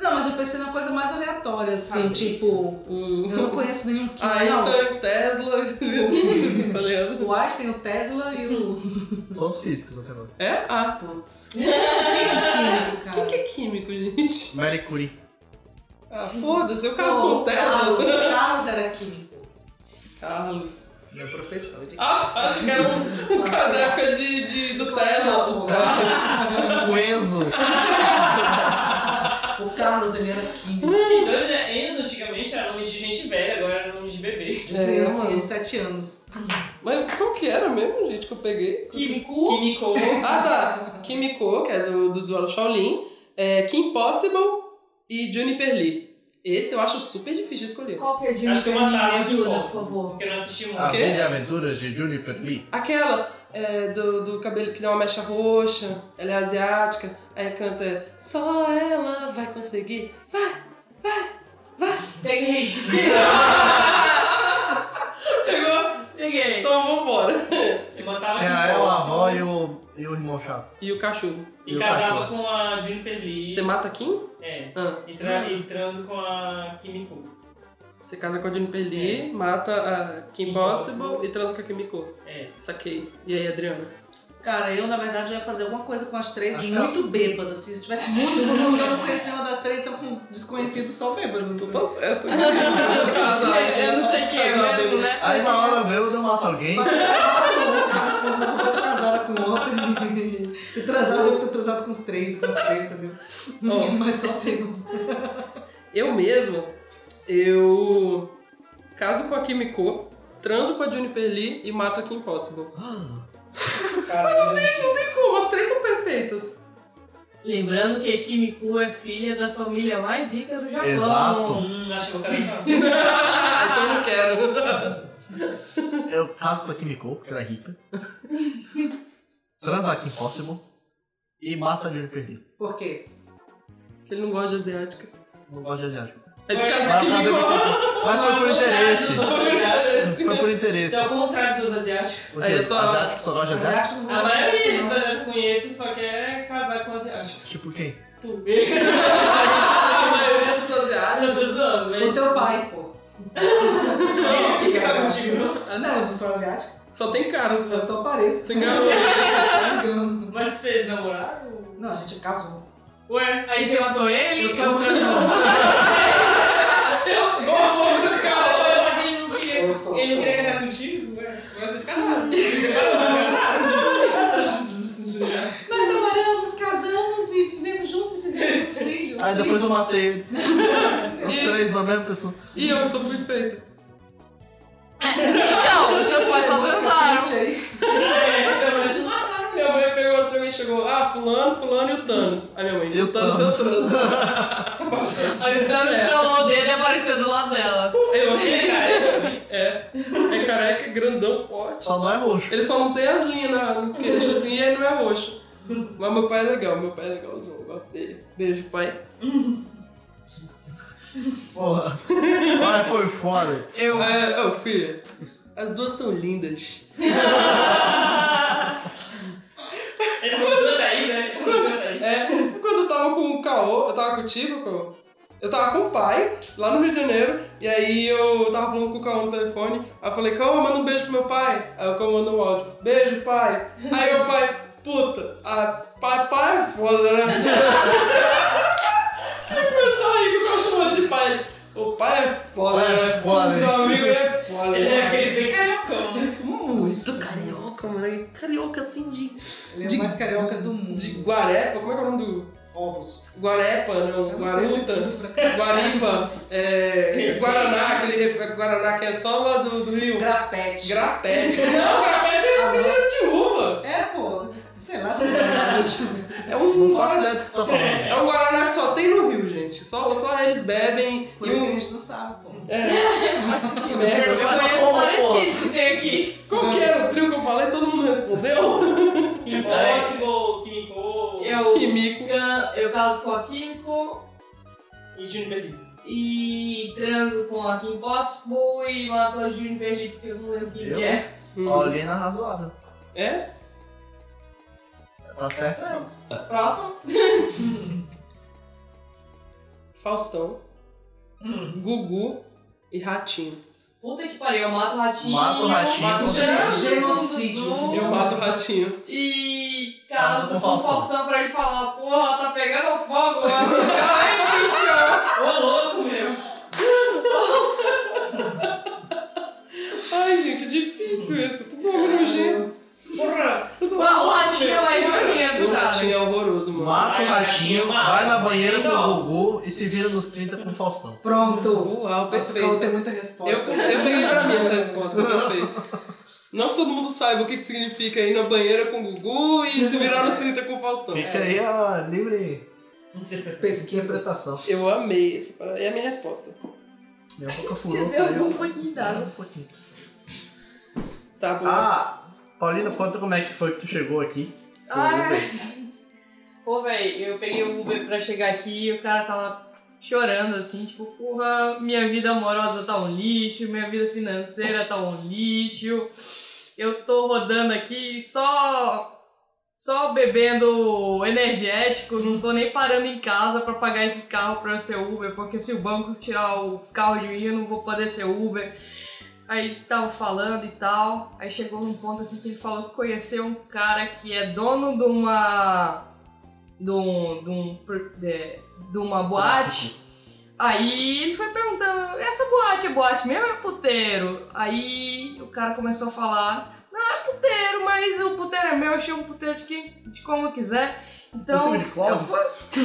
Não, mas eu pensei numa coisa mais aleatória, assim,
Ah,
tipo.
O...
Eu não conheço
Ah,
nenhum que não. tipo,
Einstein, é Tesla, tá italiano.
O Einstein, o Tesla e
Hum.
o.
Todos físicos até agora.
É? Ah.
Putz. Quem é químico, cara?
Quem que é químico, gente?
Marie Curie.
Ah, foda-se, eu caso
Pô,
com o
Carlos,
Tesla.
Carlos era químico.
Carlos.
Meu professor de
Ah, acho que era um, um caso da época de, de- do Tesla. é O Carlos.
O Enzo.
O Carlos, ele era químico.
É,
Que doido, né? Enzo antigamente era nome de gente velha, agora era nome de bebê.
De
É,
13,
mano.
de 7 anos.
Mas qual que era mesmo, gente, que eu peguei? Uhum.
Químico.
Químico.
Ah, tá. Kimiko, que é do, do, do Shaolin. É, Kim Possible e Juniper Lee. Esse eu acho super difícil de escolher.
Qual que é o Jimmy
Acho que eu
Perry? Me
matava de
ajuda, por
bosta.
favor.
Porque eu não assisti muito.
A
quê?
Bela Aventura de Juniper Lee.
Aquela é, do, do cabelo que dá uma mecha roxa, ela é asiática, aí canta Só ela vai conseguir.
Peguei.
Pegou?
Peguei.
Então vambora.
Eu matava
Tinha
de
ela, a
bosta.
avó e o, e o irmão chato.
E o cachorro?
e
E
o
casava
cachorro.
com a Juniper Lee.
Você mata Kim?
É.
Ah,
E, tra... e transo com a Kimiko.
você casa com a Juniper Lee, mata a Kim
Kim
Possible
Possible.
e transa com a Kimiko.
É.
Saquei. E aí, Adriana?
Cara, eu na verdade eu ia fazer alguma coisa com as três
Acho que
muito bêbada. Se tivesse muito bêbada, eu não conheço nenhuma das três, então com desconhecido só bêbado.
Tu tá certo.
Eu não sei quem é mesmo, né?
Aí na hora bêbada eu mato alguém.
Casada com outro e- e transada, fica transado com os três, com os três, entendeu?
Ó.
Mas só bêbado.
Eu mesma, eu caso com a Kimiko, transo com a Juniper Lee e mato a Kim Possible.
Caralho.
Como? As três são perfeitas.
Lembrando que Kimiko é filha da família mais rica do Japão.
Exato.
Hum, acho que eu casava.
então eu não quero.
Eu caso com a Kimiko, porque ela é rica. Transa aqui Impossible. E mata a Juniper Lee.
Por quê?
Ele não gosta de asiática.
Não gosto de adiar.
É de
Vai,
casa
Mas
com a
mas eu-
Kimiko.
mas foi por interesse. Foi por interesse.
Tem algum contrário dos asiáticos?
Porque
Aí eu tô-
asiático só gosta de asiático?
Asiático não
A
gosta de
maioria dos
asiático,
asiáticos que eu conheço só quer casar com asiático.
Tipo quem?
Tu.
A maioria dos
Ah, Eu
asiáticos.
tô zoando,
não.
mas...
O teu pai, pô.
Não, que que tá contigo?
Ah,
Não, eu
não.
não sou asiático,
Só tem caras,
eu
mas
só pareço.
É.
Você enganou.
Eu engano.
Mas vocês namoraram?
Não, a gente casou.
Ué?
Aí você matou ele?
Eu sou
Então,
transado.
Eu sou muito do cara, eu achava que ele não queria.
Eu sou-
Ele não queria casar contigo? Ué? Mas vocês casaram. Vocês casaram.
Nós namoramos, casamos e vivemos juntos e fizemos filho.
Aí depois eu matei ele. Os três na mesma pessoa.
E eu que sou perfeita.
Então, seus pais só pensaram.
É, mas não mataram,
Minha mãe pegou assim e chegou, ah, fulano, fulano e o Thanos. Aí minha mãe,
E o
o Thanos eu
Thanos.
transo.
Aí o Thanos escalou dele e apareceu do lado dela.
Eu achei cara.
É, é careca, grandão, forte.
Só não é roxo.
Ele só não tem as linhas na- no queixo assim e ele não é roxo. Mas meu pai é legal, meu pai é legalzão, eu gosto dele. Beijo, pai.
Porra. Mas foi foda.
Eu. É, ô, filha, as duas estão lindas.
Ele tá gostando da Thaís, né? Ele tá gostando da Thaís.
É, quando eu tava com o Caô, eu tava contigo, Caô. Eu tava com o pai, lá no Rio de Janeiro, e aí eu tava falando com o Caô no telefone. Aí eu falei, Caô, manda um beijo pro meu pai. Aí o Caô mandou um áudio, beijo, pai. Aí o pai, puta, ah, pai, pai é foda, né? começou a rir que eu chamando de pai. Ele, O pai é foda,
Pai é
né?
foda,
Seu
hein?"
amigo é foda.
Ele é
né?
aquele bem cariocão, né?
Muito carioca, mano. Carioca assim de,
Ele é o
De-
mais carioca do mundo.
de Guarepa. Como é que é o nome do.
ovos.
Guarepa, não.
Eu não sei se
Guaruta.
tudo pra-
Guaripa, é, Guaraná, aquele refri- Guaraná que é só lá do, do Rio.
Grapete.
Grapete. Não, grapete é refrigerante de uva.
É, pô. Sei lá se é
É um,
Não faço
Guaraná-
ideia do que tu tá falando.
é um Guaraná que só tem no Rio, gente. Só, só eles bebem.
Por
e
isso que
um,
a gente não sabe, pô.
é, que merda.
Eu conheço parecidos que tem aqui.
Qual que era o trio que eu falei? Todo mundo respondeu. É.
Que Possible, que Nicole
Que
Eu,
mico.
eu caso com a Kimiko
e Juniper Lee.
e transo com a Kim Possible e mato a Juniper Lee, porque eu não lembro quem
Eu?
que é.
Hum.
Paulina razoável.
É?
Tá certo? ela.
Próximo?
Faustão,
Hum.
Gugu e Ratinho.
Puta que pariu, eu mato o ratinho.
Mata o ratinho.
mato o
Genocídio.
Dudu,
Eu mato o Ratinho.
E
Casa
caso
com
for
Faustão.
Faustão pra ele falar, porra, tá pegando fogo, eu acho que- ai, bicho.
Ô, louco, meu.
Ai, gente, é difícil isso. Tudo é nojento.
Porra.
O ratinho é mais nojento,
O
cara.
Ratinho é horroroso, mano.
Mata o ratinho,
mata.
vai na banheira com
Então.
o Gugu e se vira nos 30 com o Faustão.
Pronto.
Uau,
Nossa, Carol tem
perfeito.
muita
Eu,
resposta.
eu peguei pra mim essa resposta, perfeito. Não que todo mundo saiba o que, que significa ir na banheira com o Gugu e se virar nos 30 com o Faustão.
Fica aí a livre
Pesquisa.
interpretação.
Eu amei isso. É a minha resposta.
Minha boca
Você
furou,
deu
saiu.
algum pouquinho
Dá
d'água.
um pouquinho.
Tá bom.
Ah, Paulina, conta como é que foi que tu chegou aqui.
Ai. Pô, velho, eu peguei o Uber pra chegar aqui e o cara tava chorando, assim, tipo, porra, minha vida amorosa tá um lixo, minha vida financeira tá um lixo, eu tô rodando aqui só. Só bebendo energético, não tô nem parando em casa pra pagar esse carro pra eu ser Uber, porque se o banco tirar o carro de mim, eu não vou poder ser Uber. Aí tava falando e tal, aí chegou num ponto assim que ele falou que conheceu um cara que é dono de uma. de, um, de, um, pr- de, de uma boate. Aí ele foi perguntando, essa boate é boate mesmo ou é puteiro? Aí o cara começou a falar, não, é puteiro, mas o puteiro é meu, eu chamo o puteiro de, quem, de como eu quiser. Então,
Você de Clóvis?
eu faço-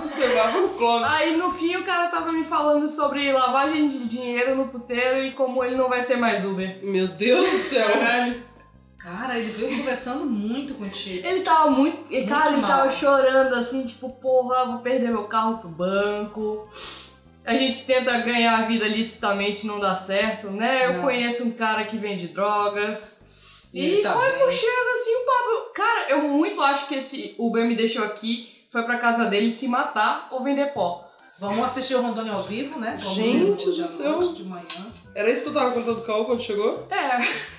Você vai pro Clóvis.
Aí no fim o cara tava me falando sobre lavagem de dinheiro no puteiro e como ele não vai ser mais Uber.
Meu Deus do céu.
Cara, ele veio conversando muito contigo.
Ele tava muito. e, cara, ele
mal.
tava chorando assim, tipo, porra, vou perder meu carro pro banco. A gente tenta ganhar a vida licitamente, não dá certo, né? Eu
Não.
conheço um cara que vende drogas.
Ele
E
tá
foi
bem.
puxando assim o papo. Cara, eu muito acho que esse Uber me deixou aqui, foi pra casa dele se matar ou vender pó.
Vamos assistir o Rondônia ao vivo, né? Vamos
Gente
hoje
do
à
céu.
noite, De manhã.
Era isso que tu tava contando do Cal quando chegou?
É.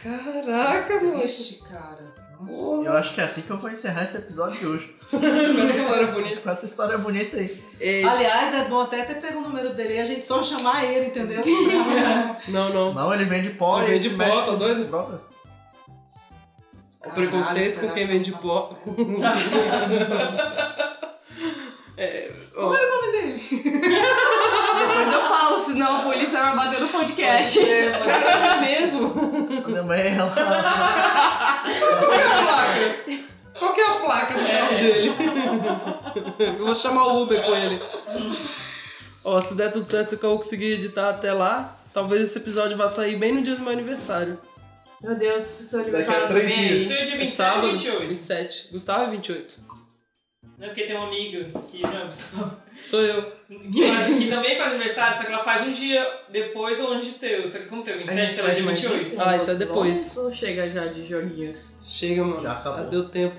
Caraca, mano.
Triste, cara. Nossa.
Eu
Porra,
acho que é assim que eu vou encerrar esse episódio de hoje.
com essa história é bonita.
Com essa história bonita aí.
É,
Aliás, é bom até ter pego o número dele e a gente só chamar ele, entendeu?
Não, não.
Não, ele vende pó.
Ele
e
vende
se
pó,
mexe
tá
com
doido?
droga.
O preconceito com quem vende pó. É, ó,
O nome dele.
Depois eu falo, senão a polícia vai bater no podcast.
é mesmo.
A minha mãe, é ela...
Qual que é a placa? Qual que é a placa do carro dele? Eu vou chamar o Uber com ele. Ó, se der tudo certo, se eu conseguir editar até lá, talvez esse episódio vá sair bem no dia do meu aniversário.
Meu Deus, seu
a
aniversário
três
também
dias.
aí.
Seu dia
É
27
sábado,
ou 28?
27. Gustavo é 28.
Não é porque tem uma amiga que, não,
Sou eu.
que, faz- que também faz aniversário, só que ela faz um dia depois ou antes de teu. Só que como teu 27, ela é dia 28.
Ah, então é depois.
Isso chega já de joguinhos.
Chega, mano.
Já acabou.
deu tempo.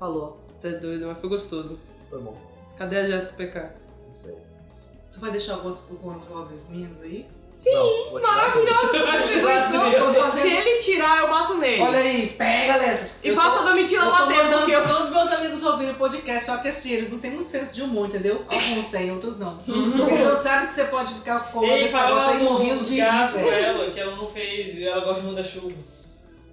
Falou.
Tá doido, mas foi gostoso.
Foi bom.
Cadê a Jéssica PK?
Não sei.
Tu vai deixar algumas, algumas vozes minhas aí?
Sim,
Não, vou tirar tudo.
maravilhosa sua
Eu
contribuição.
tô fazendo-
Se ele tirar, eu bato nele.
Olha aí, pega, Lesa.
e faça a Domitila
Eu tô
bater,
mandando
porque
pra
eu...
todos meus amigos ouvirem o podcast, só que assim, eles não têm muito senso de humor, entendeu? Alguns têm, outros não. Então sabe que você pode ficar com
Ei,
esse negócio
fala
aí morrendo
do
de
gato
rir, é. velho.
ela, que ela não fez, e ela gosta muito da chuva.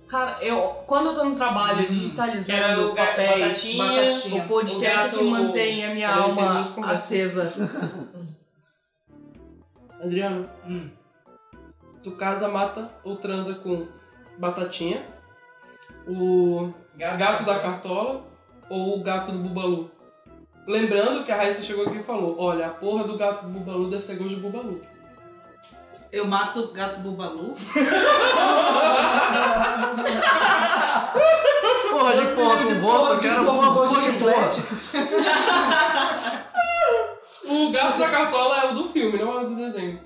Cara, eu... Quando eu tô no trabalho
Quero
digitalizando
lugar com
papéis,
batatinha.
batatinha.
o podcast
O gato-
que mantém a minha
Peraí, tem
alma
duas conversas.
acesa.
Adriano,
Hum.
tu casa, mata ou transa com batatinha, o gato da cartola ou o gato do bubalu? Lembrando que a Raíssa chegou aqui e falou: olha, a porra do gato do bubalu deve ter gosto de bubalu.
Eu mato o gato bubalu.
Porra de porra com gosto, eu quero porra, porra de porra.
O gato da cartola é o do filme, não é o do desenho.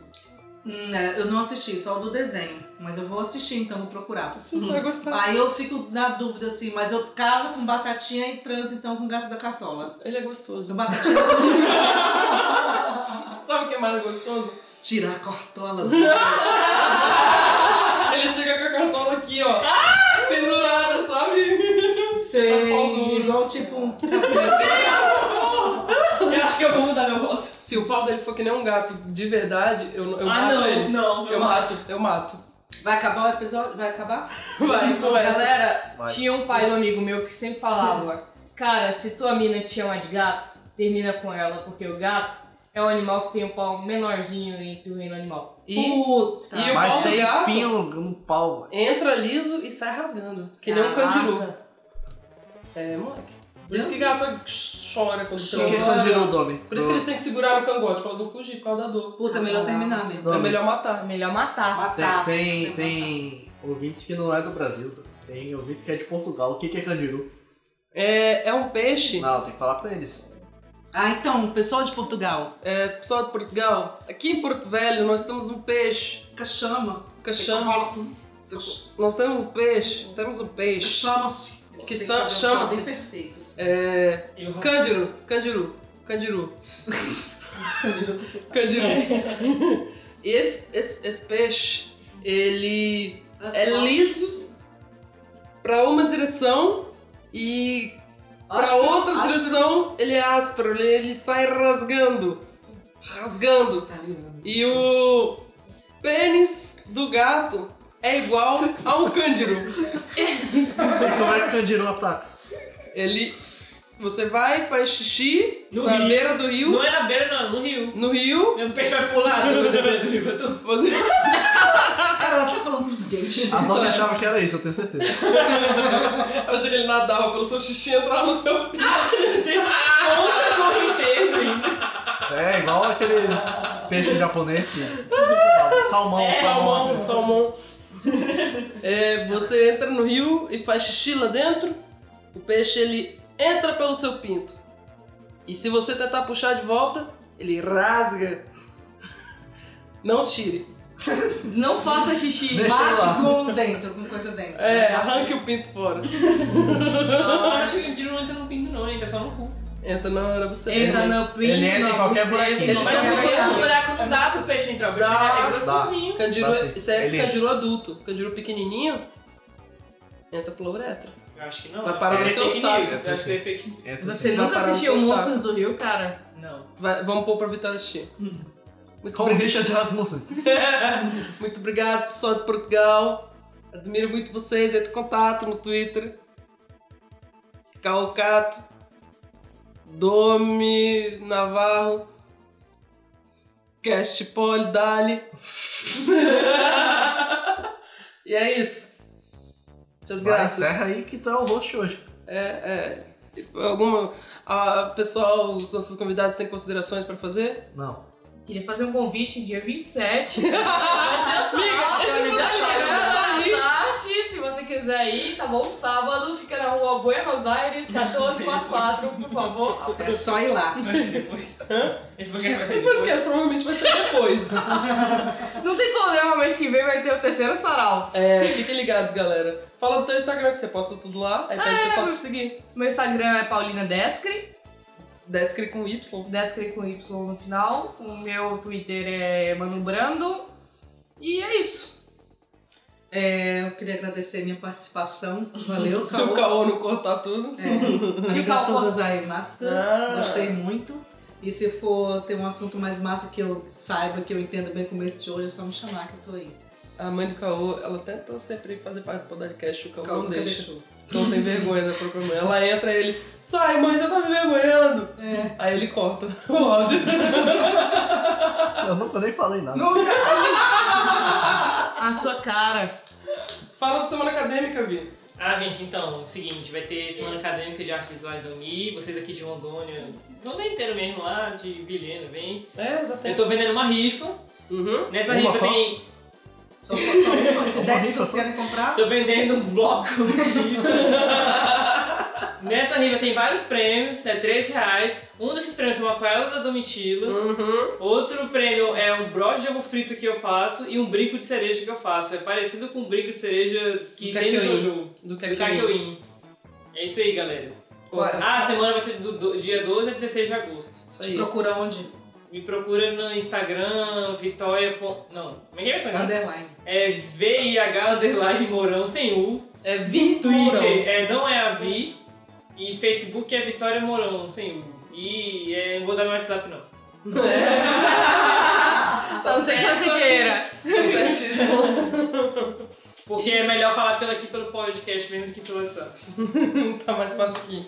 Hum, é, eu não assisti, só o do desenho. Mas eu vou assistir, então vou procurar. Hum.
Você só vai gostar.
Aí eu fico na dúvida assim, mas eu caso com batatinha e transo então com gato da cartola.
Ele é
Eu
gostoso.
batatinha
Sabe o que é mais gostoso?
tirar a cartola.
Ele chega com a cartola aqui, ó.
Pendurada, sabe?
Tá Sei, igual tipo um.
Eu acho que eu vou mudar meu voto.
Se o pau dele for que nem um gato de verdade, eu, eu
ah,
mato
não,
ele.
não.
Eu mato, eu mato.
Vai acabar o episódio? Vai acabar?
Vai, conversa.
Galera,
Vai.
tinha um pai do amigo meu que sempre falava: Cara, se tua mina te chama de gato, termina com ela, porque o gato é um animal que tem um pau menorzinho entre o reino animal.
E
Puta.
E o
Mas
pau do
tem
gato?
espinho no pau, velho.
entra liso e sai rasgando. Que nem um
Caraca.
candiru. É, moleque. Por isso que gato chora quando
O que
chora.
é candiru, Hum. Domi?
Por isso que eles têm que segurar no cangote, pra elas não fugir por causa da dor.
Puta, melhor terminar mesmo.
É
Domi.
melhor matar.
É melhor matar.
Ah,
Matar.
tá.
Tem, tem, tem ouvintes que não é do Brasil. Tem ouvintes que é de Portugal. O que que é candiru?
É, é um peixe.
Não, tem que falar pra eles.
Ah, então, pessoal de Portugal,
É, pessoal de Portugal, aqui em Porto Velho nós temos um peixe.
cachama.
Cachama. Nós temos um peixe. Temos um peixe.
Chama-se.
Que sa-
um
chama-se-
perfeitos.
É. Cândido. Cândido. Cândido. Cândido. E esse, esse, esse peixe, ele é liso pra uma direção e Pra outra direção, ele é áspero, ele, ele sai rasgando. Rasgando. E o pênis do gato é igual a um cândiro.
E como é que o candiru ataca?
Ele. Você vai, faz xixi
No
na
rio.
beira do rio,
Não é na beira, não, no rio.
no rio,
Meu peixe vai pular no beira do rio. Eu tô...
você.
Cara, ela tá falando português.
A Domi achava que era isso, eu tenho certeza.
Eu achei que ele nadava pelo seu xixi e entrava no seu pi.
Tem outra correnteza ainda.
É igual aqueles peixes japonês que... Sal- Salmão,
É,
salmão.
Salmão, salmão. É, você entra no rio e faz xixi lá dentro, o peixe ele entra pelo seu pinto. E se você tentar puxar de volta, ele rasga. Não tire.
Não faça xixi.
Deixa
Bate
lá.
Bate com dentro, com coisa dentro.
É, arranque o pinto fora.
Não, acho que o tiro não entra no pinto, não, entra só no cu.
Entra na, na buceta.
Entra no print,
Ele entra em
na
qualquer
buceta,
buraquinho.
em
Mas
só
no
qualquer
fica-
buraco,
lugar.
no buraco não dá pro peixe entrar. O peixe
Dá,
é grossozinho.
Candiru,
Tá, sim.
isso é
Ele
candiru adulto. Candiru pequenininho, entra pela uretra.
Eu Acho que não. é
Vai parar
Deve
no
ser
seu
fake
saco.
news, Deve ser fake news.
Entra
Você
assim.
Não
nunca
parou no
assistiu
seu
Monstros do Rio, cara?
Não.
Vai- vamos pôr pra Vitória assistir. Muito
Com o Richard Rasmussen.
Muito obrigado, pessoal de Portugal. Admiro muito vocês. Entre em contato no Twitter. Calcato. Domi Navarro. Cast Poli Dali. e é isso. Muitas
Vai,
graças.
encerra aí que tu é o host hoje.
É, é. Alguma. ah, pessoal, os nossos convidados têm considerações para fazer?
Não.
Queria fazer um convite dia 27. Arte, se você quiser ir, tá bom? Sábado, fica na rua Buenos Aires, 1444, por favor.
É só ir lá.
Esse podcast vai
Esse
ser depois.
podcast provavelmente vai ser depois.
Não tem problema, mês que vem vai ter o terceiro sarau.
É, fiquem ligados, galera. Fala do teu Instagram, que você posta tudo lá. Aí pede o pessoal te seguir.
Meu Instagram é Paulina Descre,
Descre com Y.
Descre com Y no final. O meu Twitter é Manu Brando. E é isso.
É, eu queria agradecer a minha participação. Valeu,
Se o
Caô.
Caô não cortar tudo.
É,
Se o
obrigado
Caô-
todas aí, massa.
Ah.
Gostei muito. E se for ter um assunto mais massa que eu saiba, que eu entenda bem como esse de hoje, é só me chamar que eu tô aí.
A mãe do Caô, ela tentou sempre fazer parte do podcast, o Caô
Caô
não
nunca
deixa. Então tem vergonha da própria mãe. Ela entra e ele, sai mãe, você tá me vergonhando.
É.
Aí ele corta o áudio.
Eu nunca nem falei nada.
A sua cara.
Fala da semana acadêmica, Vi.
Ah, gente, então, é o seguinte, vai ter Semana Acadêmica de Artes Visuais da Uni, vocês aqui de Rondônia, Rondônia inteiro mesmo lá, de Vilhena, vem.
É, dá
Eu
tempo.
tô vendendo uma rifa,
Uhum.
nessa
Uma
rifa
só?
tem...
Só, só uma, se
Uma
10
rifa
pessoas
só.
querem comprar,
Tô vendendo um bloco de rifa. Nessa rifa tem vários prêmios, é 3 reais. Um desses prêmios é uma aquarela da Domitila.
Uhum.
Outro prêmio é um broche de ovo frito que eu faço e um brinco de cereja que eu faço. É parecido com um brinco de cereja que
Do
tem no
Kakyoin.
Jojo.
Do que
Do Kakyoin. É isso aí, galera.
Corta.
Ah, a semana vai ser do do- dia 12 a 16 de agosto.
Isso
te
aí.
procura onde?
Me procura no Instagram, Vitória. pon- Não, como é que é isso aqui?
Underline.
É VIH underline Mourão sem U.
É Vintura.
Twitter é, não é a Vi. E Facebook é Vitória Mourão sem U. E é, não vou dar meu WhatsApp não.
Não sei que você queira.
Porque é melhor falar pelo, aqui pelo podcast mesmo do que pelo WhatsApp.
tá mais fácil aqui.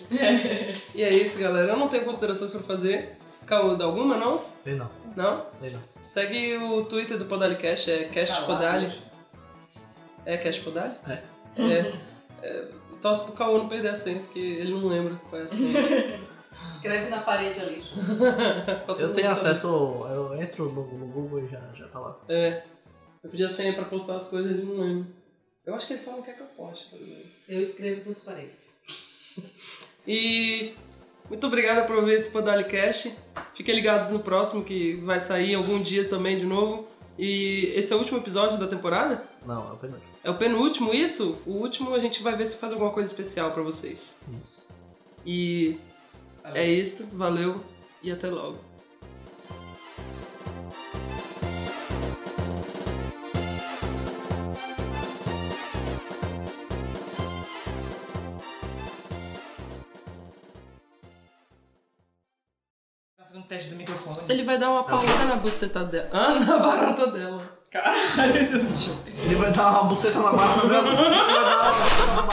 e é isso, galera. Eu não tenho considerações pra fazer. Caô, dá alguma, não?
Sei não,
Não?
sei não.
Segue o Twitter do Podalicast, é Cast Podali. É Cast Podali?
É.
É. é torce pro Caô não perder a senha, porque ele não lembra qual é a senha.
Escreve na parede ali.
Tá todo
Eu
mundo
tenho
sabendo.
acesso, ao- eu entro no, no Google e já, já tá lá.
É. Eu pedi a senha pra postar as coisas, ele não lembra. Eu acho que ele só não quer que eu poste. Tá ligado?
Eu escrevo nas paredes.
E muito obrigada por ouvir esse Podalicast. Fiquem ligados no próximo que vai sair algum dia também de novo. E esse é o último episódio da temporada?
Não, é o penúltimo.
É o penúltimo isso? O último a gente vai ver se faz alguma coisa especial pra vocês.
Isso.
E
Valeu.
é isso, valeu e até logo.
Tá fazendo teste do microfone.
Ele vai dar uma paulada na buceta dela. Ah, na barata dela.
Caralho, deixa eu
Ele vai dar uma buceta na barra dela. Ele vai dar uma buceta na barra